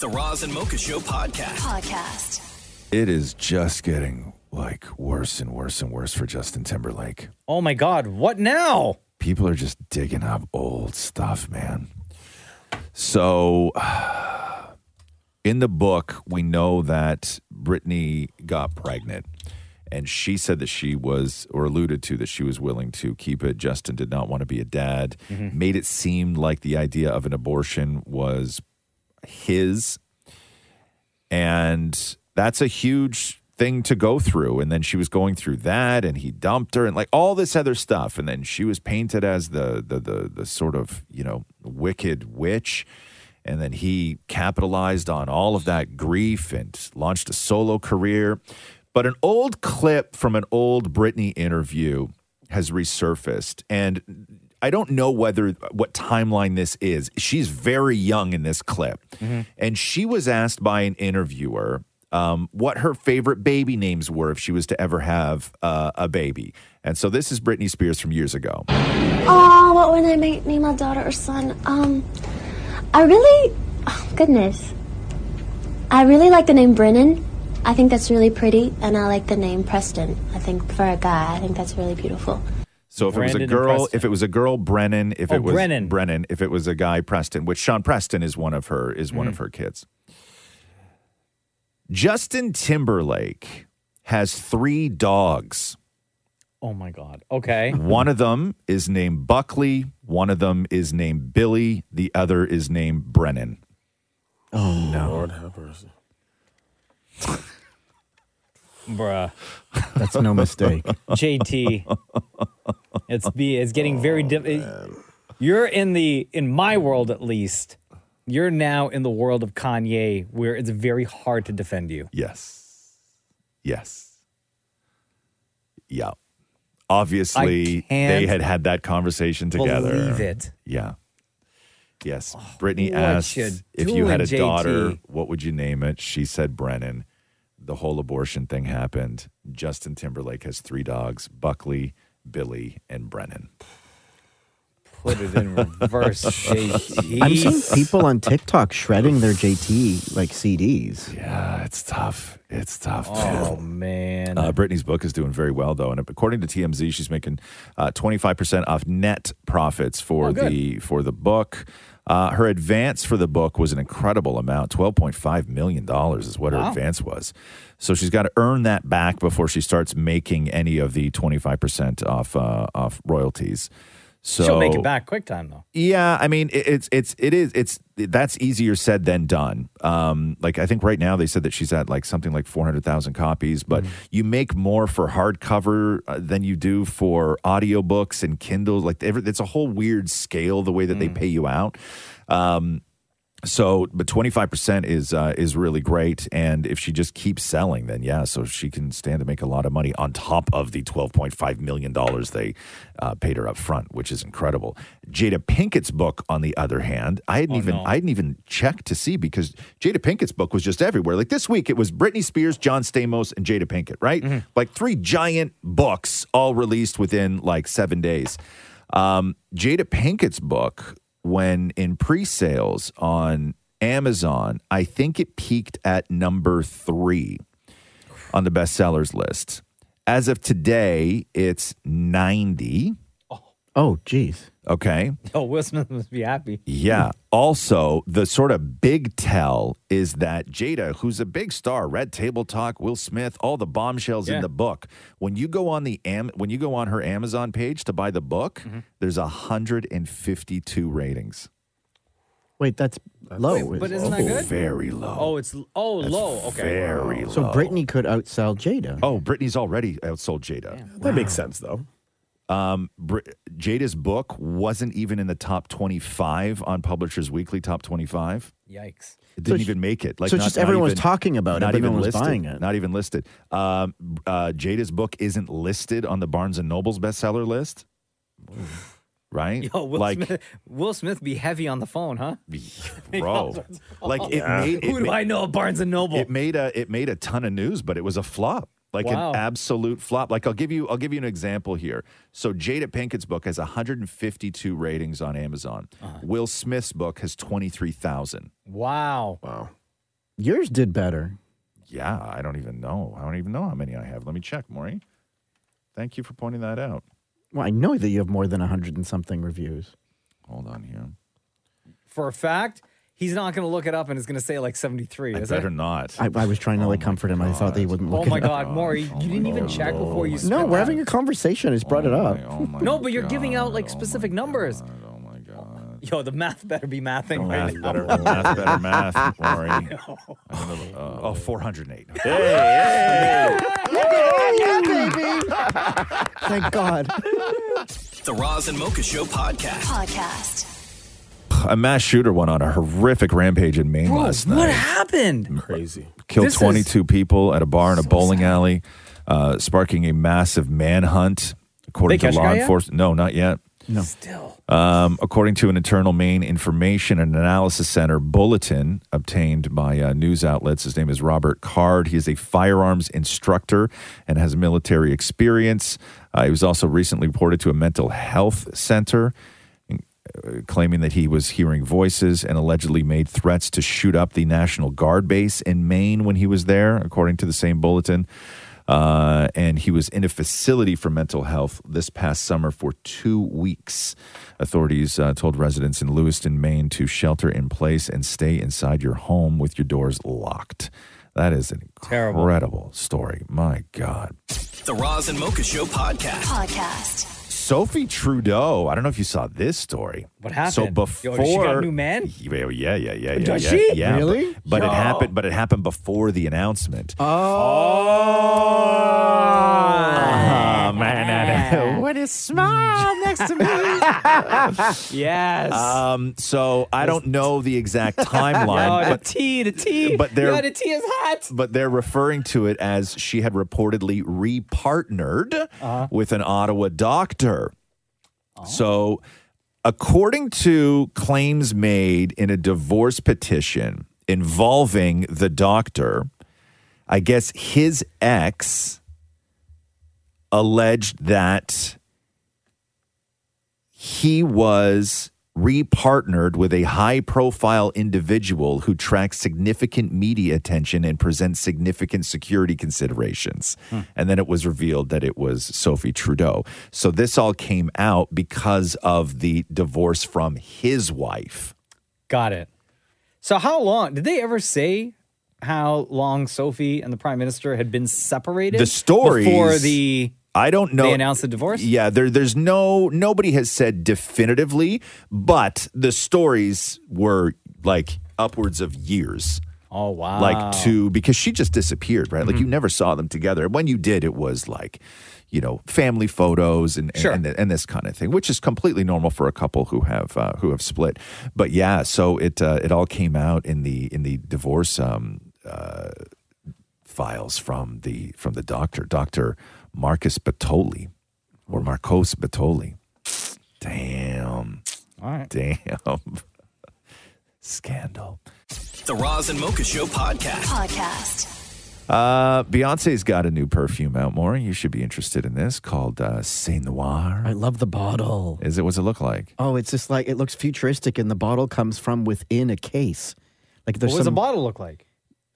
S3: The Roz and Mocha Show
S7: Oh
S3: podcast. Podcast.
S9: It is just getting like worse and worse and worse for Justin Timberlake.
S7: Oh my God, what now?
S9: People are just digging up old stuff, man. So, in the book, we know that Brittany got pregnant, and she said that she was, or alluded to, that she was willing to keep it. Justin did not want to be a dad,
S5: Mhm.
S28: Mm-hmm.
S9: made it seem like the idea of an abortion was his. And that's a huge thing to go through. And then she was going through that and he dumped her and like all this other stuff. And then she was painted as the the the, the sort of, you know, wicked witch. And then he capitalized on all of that grief and launched a solo career. But an old clip from an old Britney interview has resurfaced. And I don't know whether what timeline this is. She's very young in this clip. And she was asked by an interviewer um, what her favorite baby names were if she was to ever have uh, a baby. And so this is Britney Spears from years ago.
S4: Oh, what would I make, name my daughter or son? Um, I really, oh, goodness, I really like the name Brennan. I think that's really pretty, and I like the name Preston. I think for a guy, I think that's really beautiful.
S9: So if it was
S7: Brandon
S9: a
S7: and
S9: girl,
S7: Preston.
S9: if it was a girl, Brennan. If
S7: Oh,
S9: it was
S7: Brennan.
S9: Brennan. If it was a guy, Preston. Which Sean Preston is one of her is
S7: Mm-hmm.
S9: one of her kids. Justin Timberlake has three dogs.
S7: Oh my God. Okay.
S9: One of them is named Buckley. One of them is named Billy. The other is named Brennan.
S1: Oh
S10: no. Lord have mercy.
S7: Bruh.
S1: That's no mistake.
S7: JT. It's be it's getting very difficult. You're in the in my world at least. You're now in the world of Kanye where it's very hard to defend you.
S9: Yes. Yes. Yeah. Obviously, they
S7: can't
S9: had had that conversation together.
S7: believe it. Oh,
S9: Yeah. Yes. Brittany
S7: what
S9: asked
S7: you
S9: if you had a
S7: doing, JT?
S9: daughter, what would you name it? She said Brennan. The whole abortion thing happened. Justin Timberlake has three dogs Buckley, Billy, and Brennan.
S7: Put it in reverse, JT.
S1: I'm seeing people on TikTok shredding their JT like CDs.
S9: Yeah, it's tough. It's tough.
S7: Oh man.
S9: Uh, Brittany's book is doing very well, though, and according to TMZ, she's making twenty five percent off net profits for
S7: Oh, good.
S9: the for the book. Uh, her advance for the book was an incredible amount twelve point five million dollars is what her
S7: Wow.
S9: advance was. So she's got to earn that back before she starts making any of the twenty five percent off uh, off royalties. So
S7: She'll make it back quick time though.
S9: yeah, I mean it, it's it's it is it's that's easier said than done. Um, like I think right now they said that she's at like something like four hundred thousand copies, but you make more for hardcover uh, than you do for audiobooks and Kindles. Like every, it's a whole weird scale the way that they pay you out. Um, so, but twenty five percent is uh, is really great, and if she just keeps selling, then yeah, so she can stand to make a lot of money on top of the twelve point five million dollars they uh, paid her up front, which is incredible. Jada Pinkett's book, on the other hand, I hadn't even I hadn't even checked to see because Jada Pinkett's book was just everywhere. Like this week, it was Britney Spears, John Stamos, and Jada Pinkett, right? Like three giant books all released within like seven days. Um, Jada Pinkett's book, when in pre sales on Amazon, I think it peaked at number three on the bestsellers list. As of today, it's 90.
S1: Oh, geez.
S9: Okay.
S7: Oh, Will Smith must be happy.
S9: Yeah. Also, the sort of big tell is that Jada, who's a big star, Red Table Talk, Will Smith, all the bombshells in
S7: Yeah.
S9: the book. When you go on the Am- when you go on her
S7: Mm-hmm.
S9: Amazon page to buy the book, there's 152 ratings.
S1: Wait, that's low.
S7: But isn't that good?
S9: Very low.
S7: Oh, it's oh low. Okay.
S9: Very low.
S1: So Britney could outsell Jada.
S9: Oh, Britney's already outsold Jada.
S10: That makes sense, though.
S9: Um, Br- Jada's book wasn't even in the top 25 on Publishers Weekly Top 25.
S7: Yikes.
S9: It didn't
S1: So
S9: even
S1: she-
S9: make it. Like
S1: so
S9: not,
S1: just
S9: not
S1: everyone was
S9: even-
S1: talking about it,
S9: not
S1: but
S9: even
S1: no one was
S9: listed,
S1: buying it.
S9: Not even listed. Um, uh, Jada's book isn't listed on the Barnes and Noble's bestseller list, right?
S7: Yo, Will
S9: like,
S7: Smith, Will Smith be heavy on the phone, huh?
S9: bro, like it made.
S7: Who
S9: it
S7: do
S9: ma-
S7: I know? of Barnes and Noble.
S9: It made a it made a ton of news, but it was a flop. Like
S7: Wow.
S9: an absolute flop. Like I'll give you I'll give you an example here. So Jada Pinkett's book has 152 ratings on Amazon.
S7: Uh-huh.
S9: Will Smith's book has 23,000.
S7: Wow.
S10: Wow.
S1: Yours did better.
S9: Yeah, I don't even know. I don't even know how many I have. Let me check, Maury. Thank you for pointing that out.
S1: Well, I know that you have more than 100 and something reviews.
S9: Hold on here.
S7: For a fact, he's not going to look it up and it's going to say like 73.
S9: I
S7: is
S9: better
S7: it?
S9: not.
S1: I, I was trying to
S9: Oh
S1: like comfort him. I thought that he wouldn't
S7: Oh
S1: look
S7: my
S1: it up.
S7: God, Maury, you didn't even check before
S9: Oh
S7: you.
S1: No,
S7: spit
S1: we're
S7: that.
S1: having a conversation. It's brought it up.
S7: no, but you're giving out like specific numbers. oh my god. Yo, the math better be mathing
S9: Math
S7: right now.
S9: better, math better math, Maury. I don't know, uh, oh, 408.
S1: Thank God.
S3: The Roz and Mocha Show podcast. Podcast.
S9: a mass shooter went on a horrific rampage in Maine last night.
S7: what happened?
S10: Crazy.
S9: Killed
S7: This is-
S9: 22 people at a bar in a bowling alley, uh, sparking a massive manhunt, according
S7: They
S9: to
S7: catch a
S9: law
S7: guy yet?
S9: enforcement. No, not yet.
S7: No. Still.
S9: Um, according to an internal Maine Information and Analysis Center bulletin obtained by uh, news outlets, his name is Robert Card. He is a firearms instructor and has military experience. Uh, he was also recently reported to a mental health center, uh, claiming that he was hearing voices and allegedly made threats to shoot up the National Guard base in Maine when he was there, according to the same bulletin. Uh, and he was in a facility for mental health this past summer for two weeks. Authorities uh, told residents in Lewiston, Maine to shelter in place and stay inside your home with your doors locked. That is an
S7: Terrible.
S9: incredible story. My God.
S3: The Roz and Mocha Show podcast. Podcast.
S9: Sophie Trudeau, I don't know if you saw this story.
S7: What happened?
S9: So
S7: Yo, she
S9: before
S7: got a new man?
S9: Yeah, yeah, yeah, yeah. yeah,
S7: Does
S9: yeah,
S7: she?
S9: yeah, but-
S7: Really?
S9: But, it
S7: Yo.
S9: happened. But it happened before the announcement. Oh, man.
S14: What is smile next to me?
S7: yes.
S10: Uh,
S9: Um, so I don't know the exact
S7: Yo,
S9: timeline,
S7: the
S9: but
S7: tea, the tea.
S9: but they're-
S7: Yo, the tea is hot.
S9: but they're referring to it as she had reportedly repartnered with an Ottawa doctor. So, according to claims made in a divorce petition involving the doctor, I guess his ex alleged that he was repartnered with a high profile individual who tracks significant media attention and presents significant security considerations.
S7: Hmm.
S9: And then it was revealed that it was Sophie Trudeau. So this all came out because of the divorce from his wife.
S7: Got it. So how long did they ever say how long Sophie and the Prime Minister had been separated?
S9: The stories
S7: before the
S9: I don't know.
S7: They announced the divorce?
S9: Yeah, there, there's no nobody has said definitively, but the stories were like upwards of years.
S7: Oh wow! Mm-hmm.
S9: Like to because she just disappeared, right? Like you never saw them together. When you did, it was like, you know, family photos and and- and, and this kind of thing, which is completely normal for a couple who have uh, who have split. But yeah, so it uh, it all came out in the in the divorce um, uh, files from the from the doctor, Doctor Marcus Batoli or Marcos Batoli. Damn.
S7: All right.
S9: Damn. Scandal.
S3: The Roz and Mocha Show podcast. Podcast.
S9: Uh, Beyonce's got a new perfume out, Maury. You should be interested in this called uh, Saint Noir. I
S1: love the bottle.
S9: Is it? What's it look like?
S1: Oh, it's just like it looks futuristic, and the bottle comes from within a case. Like
S7: what
S1: there's
S7: does a
S1: some.
S7: bottle look like?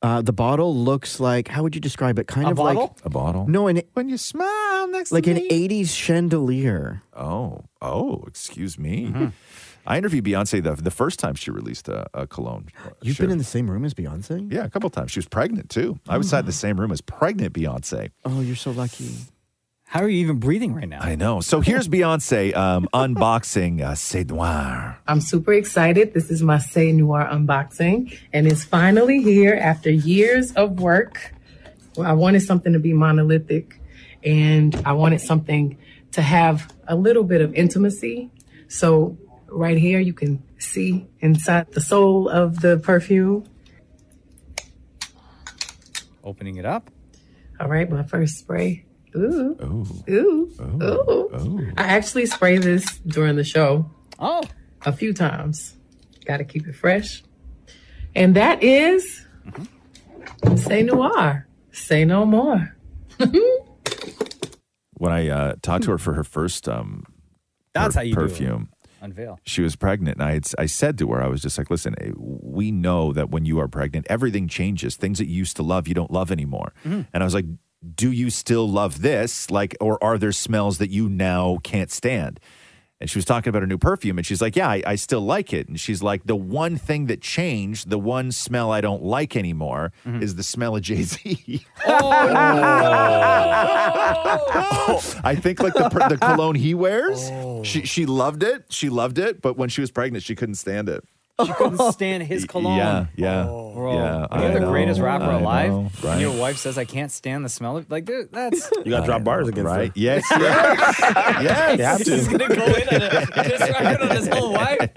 S1: uh, the bottle looks like how would you describe it? Kind
S7: A
S1: of
S7: bottle?
S1: like
S9: a bottle.
S1: No, an
S9: when you smile next
S1: like
S9: to
S1: an
S9: me.
S1: '80s chandelier.
S9: Oh, oh, excuse me.
S7: Mm-hmm.
S9: I interviewed Beyonce the, the first time she released a, a cologne. uh,
S1: You've been in the same room as Beyonce.
S9: yeah, a Ah. couple times. She was pregnant too. I was inside the same room as pregnant Beyonce.
S1: Oh, you're so lucky.
S7: How are you even breathing right now?
S9: I know. So here's Beyonce um, unboxing uh, C'est Noir.
S26: I'm super excited. This is my Say Noir unboxing, and it's finally here after years of work. Well, I wanted something to be monolithic, and I wanted something to have a little bit of intimacy. So, right here, you can see inside the soul of the perfume.
S7: Opening it up.
S26: All right, my first spray. Ooh. Ooh. Ooh. I actually spray this during the show.
S7: Oh.
S26: A few times. Got to keep it fresh. And that is Say Noir. Say no more.
S9: When I uh, talked to her for her first um,
S7: That's
S9: per-
S7: how you do it.
S9: perfume,
S7: Unveil.
S9: she was pregnant and I, had, I said to her i was just like listen eh, we know that when you are pregnant everything changes things that you used to love you don't love anymore
S5: Mhm.
S9: and i was like do you still love this like or are there smells that you now can't stand and she was talking about her new perfume and she's like yeah I, I still like it and she's like the one thing that changed the one smell i don't like anymore is the smell of jay-z I think like the per- the cologne he wears, she she loved it. She loved it, but when she was pregnant, she couldn't stand it.
S7: She couldn't stand his cologne.
S9: Yeah, yeah,
S7: Bro,
S9: yeah. I
S7: you're the
S9: know,
S7: greatest rapper
S9: I
S7: alive.
S9: know,
S7: And your
S9: right.
S7: wife says, I can't stand the smell of like dude, that's
S10: You got to drop bars against
S9: right?
S10: her.
S9: Yes, yes, yes.
S10: You have to. He's
S7: gonna go in on it. Just record on his whole wife.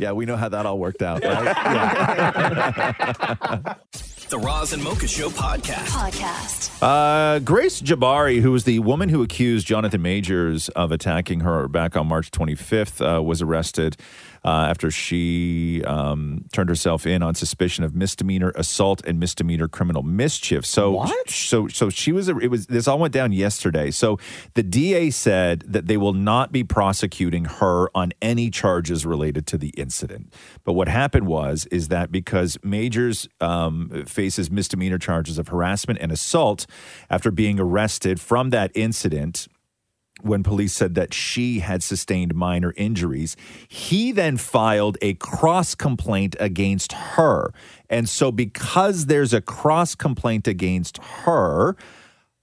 S9: yeah, we know how that all worked out. Right?
S3: The Roz and Mocha Show podcast. Podcast.
S9: Uh, Grace Jabari, who was the woman who accused Jonathan Majors of attacking her back on March 25th, uh, was arrested uh, after she um, turned herself in on suspicion of misdemeanor assault and misdemeanor criminal mischief. So, so, so she was. It was this all went down yesterday. So the DA said that they will not be prosecuting her on any charges related to the incident. But what happened was is that because Majors um, faces misdemeanor charges of harassment and assault after being arrested from that incident. When police said that she had sustained minor injuries, he then filed a cross complaint against her. And so, because there's a cross complaint against her,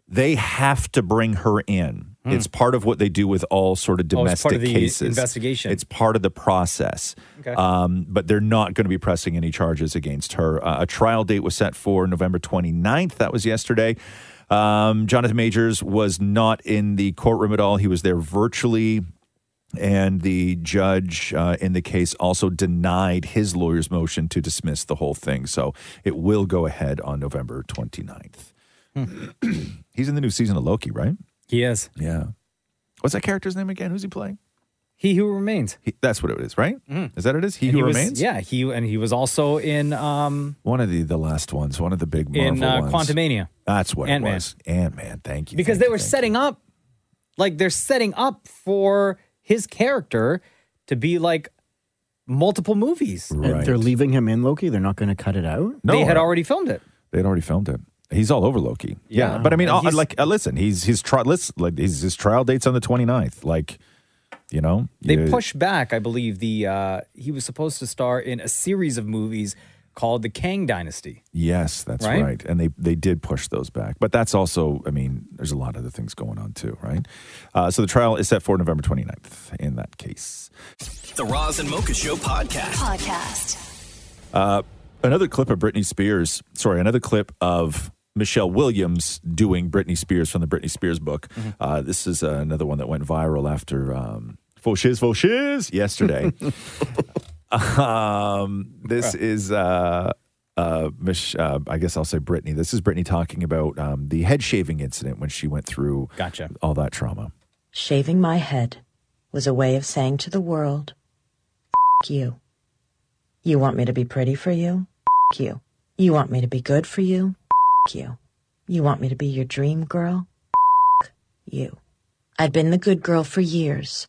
S9: they have to bring her in.
S7: Hmm.
S9: It's part of what they do with all sort of
S7: Oh,
S9: domestic
S7: it's part of the
S9: cases.
S7: investigation.
S9: It's part of the process.
S7: Okay.
S9: Um, but they're not going to be pressing any charges against her. Uh, a trial date was set for November 29th. That was yesterday. Um, Jonathan Majors was not in the courtroom at all. He was there virtually. And the judge uh, in the case also denied his lawyer's motion to dismiss the whole thing. So it will go ahead on November 29th.
S7: Oh.
S9: He's in the new season of Loki, right?
S7: He is.
S9: Yeah. What's that character's name again? Who's he playing?
S7: He who remains.
S9: He, that's what it is, right?
S7: Mhm.
S9: Is that what it is? He
S7: And
S9: who
S7: was-
S9: remains.
S7: yeah, he and he was also in um
S9: One of the the last ones. One of the big Marvel
S7: in uh,
S9: ones.
S7: Quantumania.
S9: That's what
S7: Ant-Man.
S9: it was. Ant Man. Thank you.
S7: because they were setting up like they're setting up for his character to be like multiple movies.
S1: And They're leaving him in Loki. They're not going to cut it out.
S7: they had already filmed it.
S9: They'd already filmed it. He's all over Loki. Yeah,
S7: Yeah.
S9: but I mean,
S7: And
S9: uh,
S7: he's-
S9: like, uh, listen, he's his trial. Let's like his, his trial dates on the 29th. Like, you know,
S7: They
S9: you-
S7: pushed back, I believe, the uh he was supposed to star in a series of movies called The Kang Dynasty.
S9: Yes, that's
S7: Right?
S9: right. And they they did push those back. But that's also, I mean, there's a lot of other things going on too, right? Uh, so the trial is set for November 29th in that case.
S3: The Roz and Mocha Show podcast. Podcast.
S9: Uh, another clip of Britney Spears, sorry, another clip of Michelle Williams doing Britney Spears from the Britney Spears book. Uh, this is uh, another one that went viral after um, Faux Shiz, Faux Shiz yesterday. um, this is, uh, uh, Mich- uh, I guess I'll say Britney. This is Britney talking about um, the head shaving incident when she went through
S7: gotcha.
S9: all that trauma.
S27: Shaving my head was a way of saying to the world, F you. You want me to be pretty for you? F you. You want me to be good for you? F you. You want me to be your dream girl? F you. I'd been the good girl for years.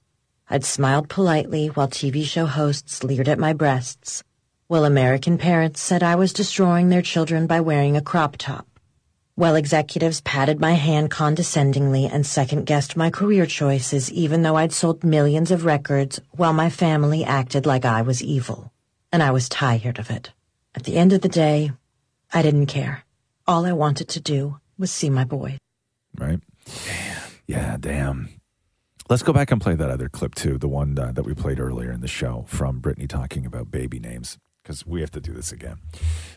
S27: I'd smiled politely while TV show hosts leered at my breasts, while American parents said I was destroying their children by wearing a crop top. While executives patted my hand condescendingly and second guessed my career choices, even though I'd sold millions of records, while my family acted like I was evil. And I was tired of it. At the end of the day, I didn't care. All I wanted to do was see my boy.
S9: Right. Yeah, damn. Let's go back and play that other clip too, the one uh, that we played earlier in the show from Brittany talking about baby names, because we have to do this again.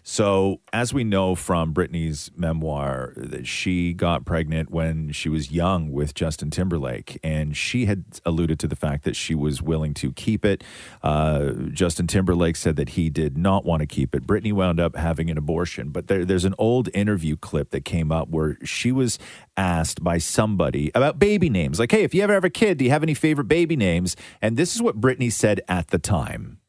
S9: So, as we know from Brittany's memoir, that she got pregnant when she was young with Justin Timberlake, and she had alluded to the fact that she was willing to keep it. Uh, Justin Timberlake said that he did not want to keep it. Brittany wound up having an abortion, but there, there's an old interview clip that came up where she was asked by somebody about baby names, like, "Hey, if you ever have a kid, do you have any favorite baby names?" And this is what Brittany said at the time.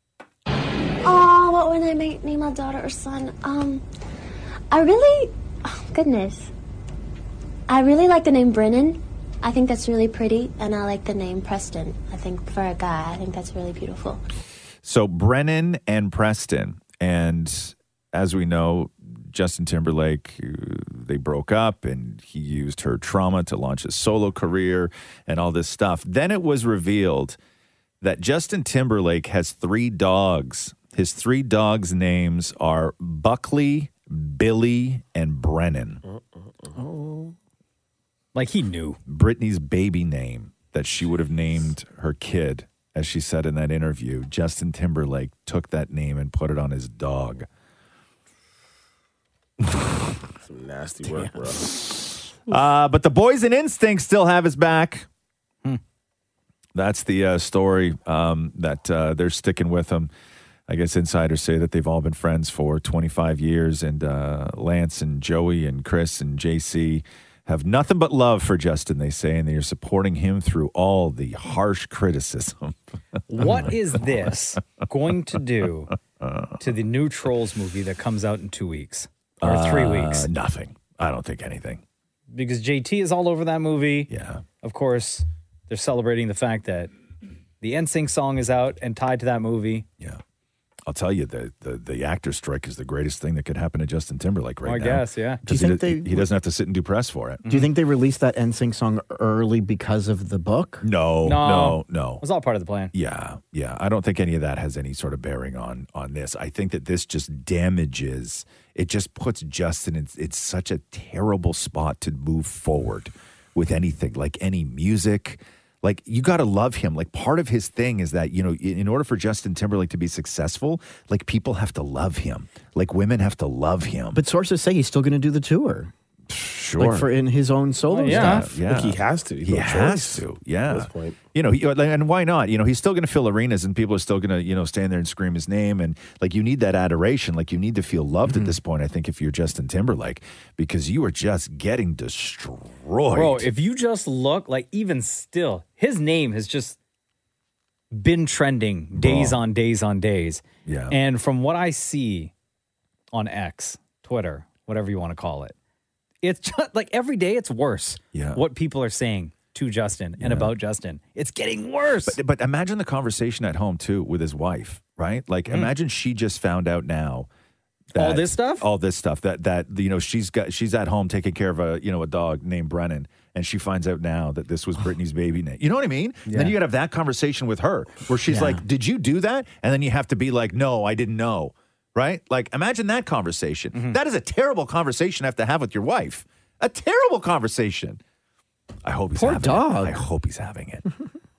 S4: Oh, what would I make, name my daughter or son? Um, I really, oh, goodness, I really like the name Brennan. I think that's really pretty, and I like the name Preston. I think for a guy, I think that's really beautiful.
S9: So Brennan and Preston, and as we know, Justin Timberlake uh, they broke up, and he used her trauma to launch his solo career and all this stuff. Then it was revealed that Justin Timberlake has three dogs. His three dogs' names are Buckley, Billy, and Brennan.
S7: Like he knew.
S9: Brittany's baby name that she would have named her kid, as she said in that interview, Justin Timberlake took that name and put it on his dog.
S10: Some nasty work, bro.
S9: Uh, but the boys and instinct still have his back.
S7: Hmm.
S9: That's the uh, story um, that uh, they're sticking with him. I guess insiders say that they've all been friends for 25 years, and uh, Lance and Joey and Chris and JC have nothing but love for Justin, they say, and they are supporting him through all the harsh criticism. Oh
S7: What is this going to do to the new Trolls movie that comes out in two weeks or three
S9: Uh,
S7: weeks?
S9: Nothing. I don't think anything.
S7: Because JT is all over that movie. Yeah. Of course, they're celebrating the fact that the NSYNC song is out and tied to that movie.
S9: Yeah. I'll tell you, the, the, the actor strike is the greatest thing that could happen to Justin Timberlake right
S7: I
S9: now.
S7: guess, yeah.
S9: Do you think he, they, he doesn't have to sit and do press for it.
S1: Do you think they released that NSYNC song early because of the book?
S9: No, no, no.
S7: It was all part of the plan.
S9: Yeah, yeah. I don't think any of that has any sort of bearing on on this. I think that this just damages. It just puts Justin in it's such a terrible spot to move forward with anything, like any music. Like you got to love him. Like part of his thing is that you know, in in order for Justin Timberlake to be successful, like people have to love him. Like women have to love him.
S1: But sources say he's still going to do the tour.
S9: Sure. Oh,
S1: Like for in his own solo stuff.
S9: Yeah. He has to. Yeah. You know, he, and why not? You know, he's still going to fill arenas and people are still going to, you know, stand there and scream his name. And like, you need that adoration. Like, you need to feel loved
S7: Mm-hmm.
S9: at this point, I think, if you're Justin Timberlake, because you are just getting destroyed.
S7: Bro, if you just look, like even still, his name has just been trending days
S9: Bro.
S7: on days on days.
S9: Yeah.
S7: And from what I see on X, Twitter, whatever you want to call it, it's just like every day it's worse.
S9: Yeah.
S7: What people are saying to Justin and about Justin. It's getting worse.
S9: But, but imagine the conversation at home, too, with his wife, right? Like, imagine she just found out now.
S7: Mm. All this stuff?
S9: all this stuff that that you know she's got she's at home taking care of a you know a dog named Brennan and she finds out now that this was Brittany's baby name. You know what I mean? And Then
S7: Yeah.
S9: you got to have that conversation with her where she's
S7: Yeah.
S9: like, "Did you do that?" And then you have to be like, "No, I didn't know." Right? Like imagine that conversation.
S7: Mm-hmm.
S9: That is a terrible conversation to have to have with your wife. A terrible conversation. I hope he's Poor having dog. it. I hope he's having it.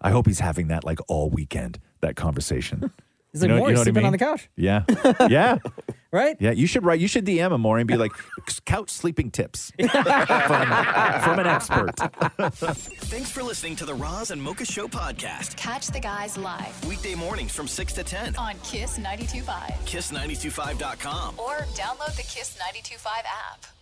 S9: I hope he's having that like all weekend that conversation.
S7: He's like, "Maury, sleeping on the couch."
S9: Yeah. Yeah.
S7: right?
S9: Yeah, you should write. You should DM him more and be like, couch sleeping tips from, from an expert.
S3: Thanks for listening to the Roz and Mocha Show podcast.
S5: Catch the guys live
S3: Weekday mornings from 6 to 10.
S5: on Kiss 92.5
S3: Kiss925.com.
S5: or download the Kiss 92.5 app.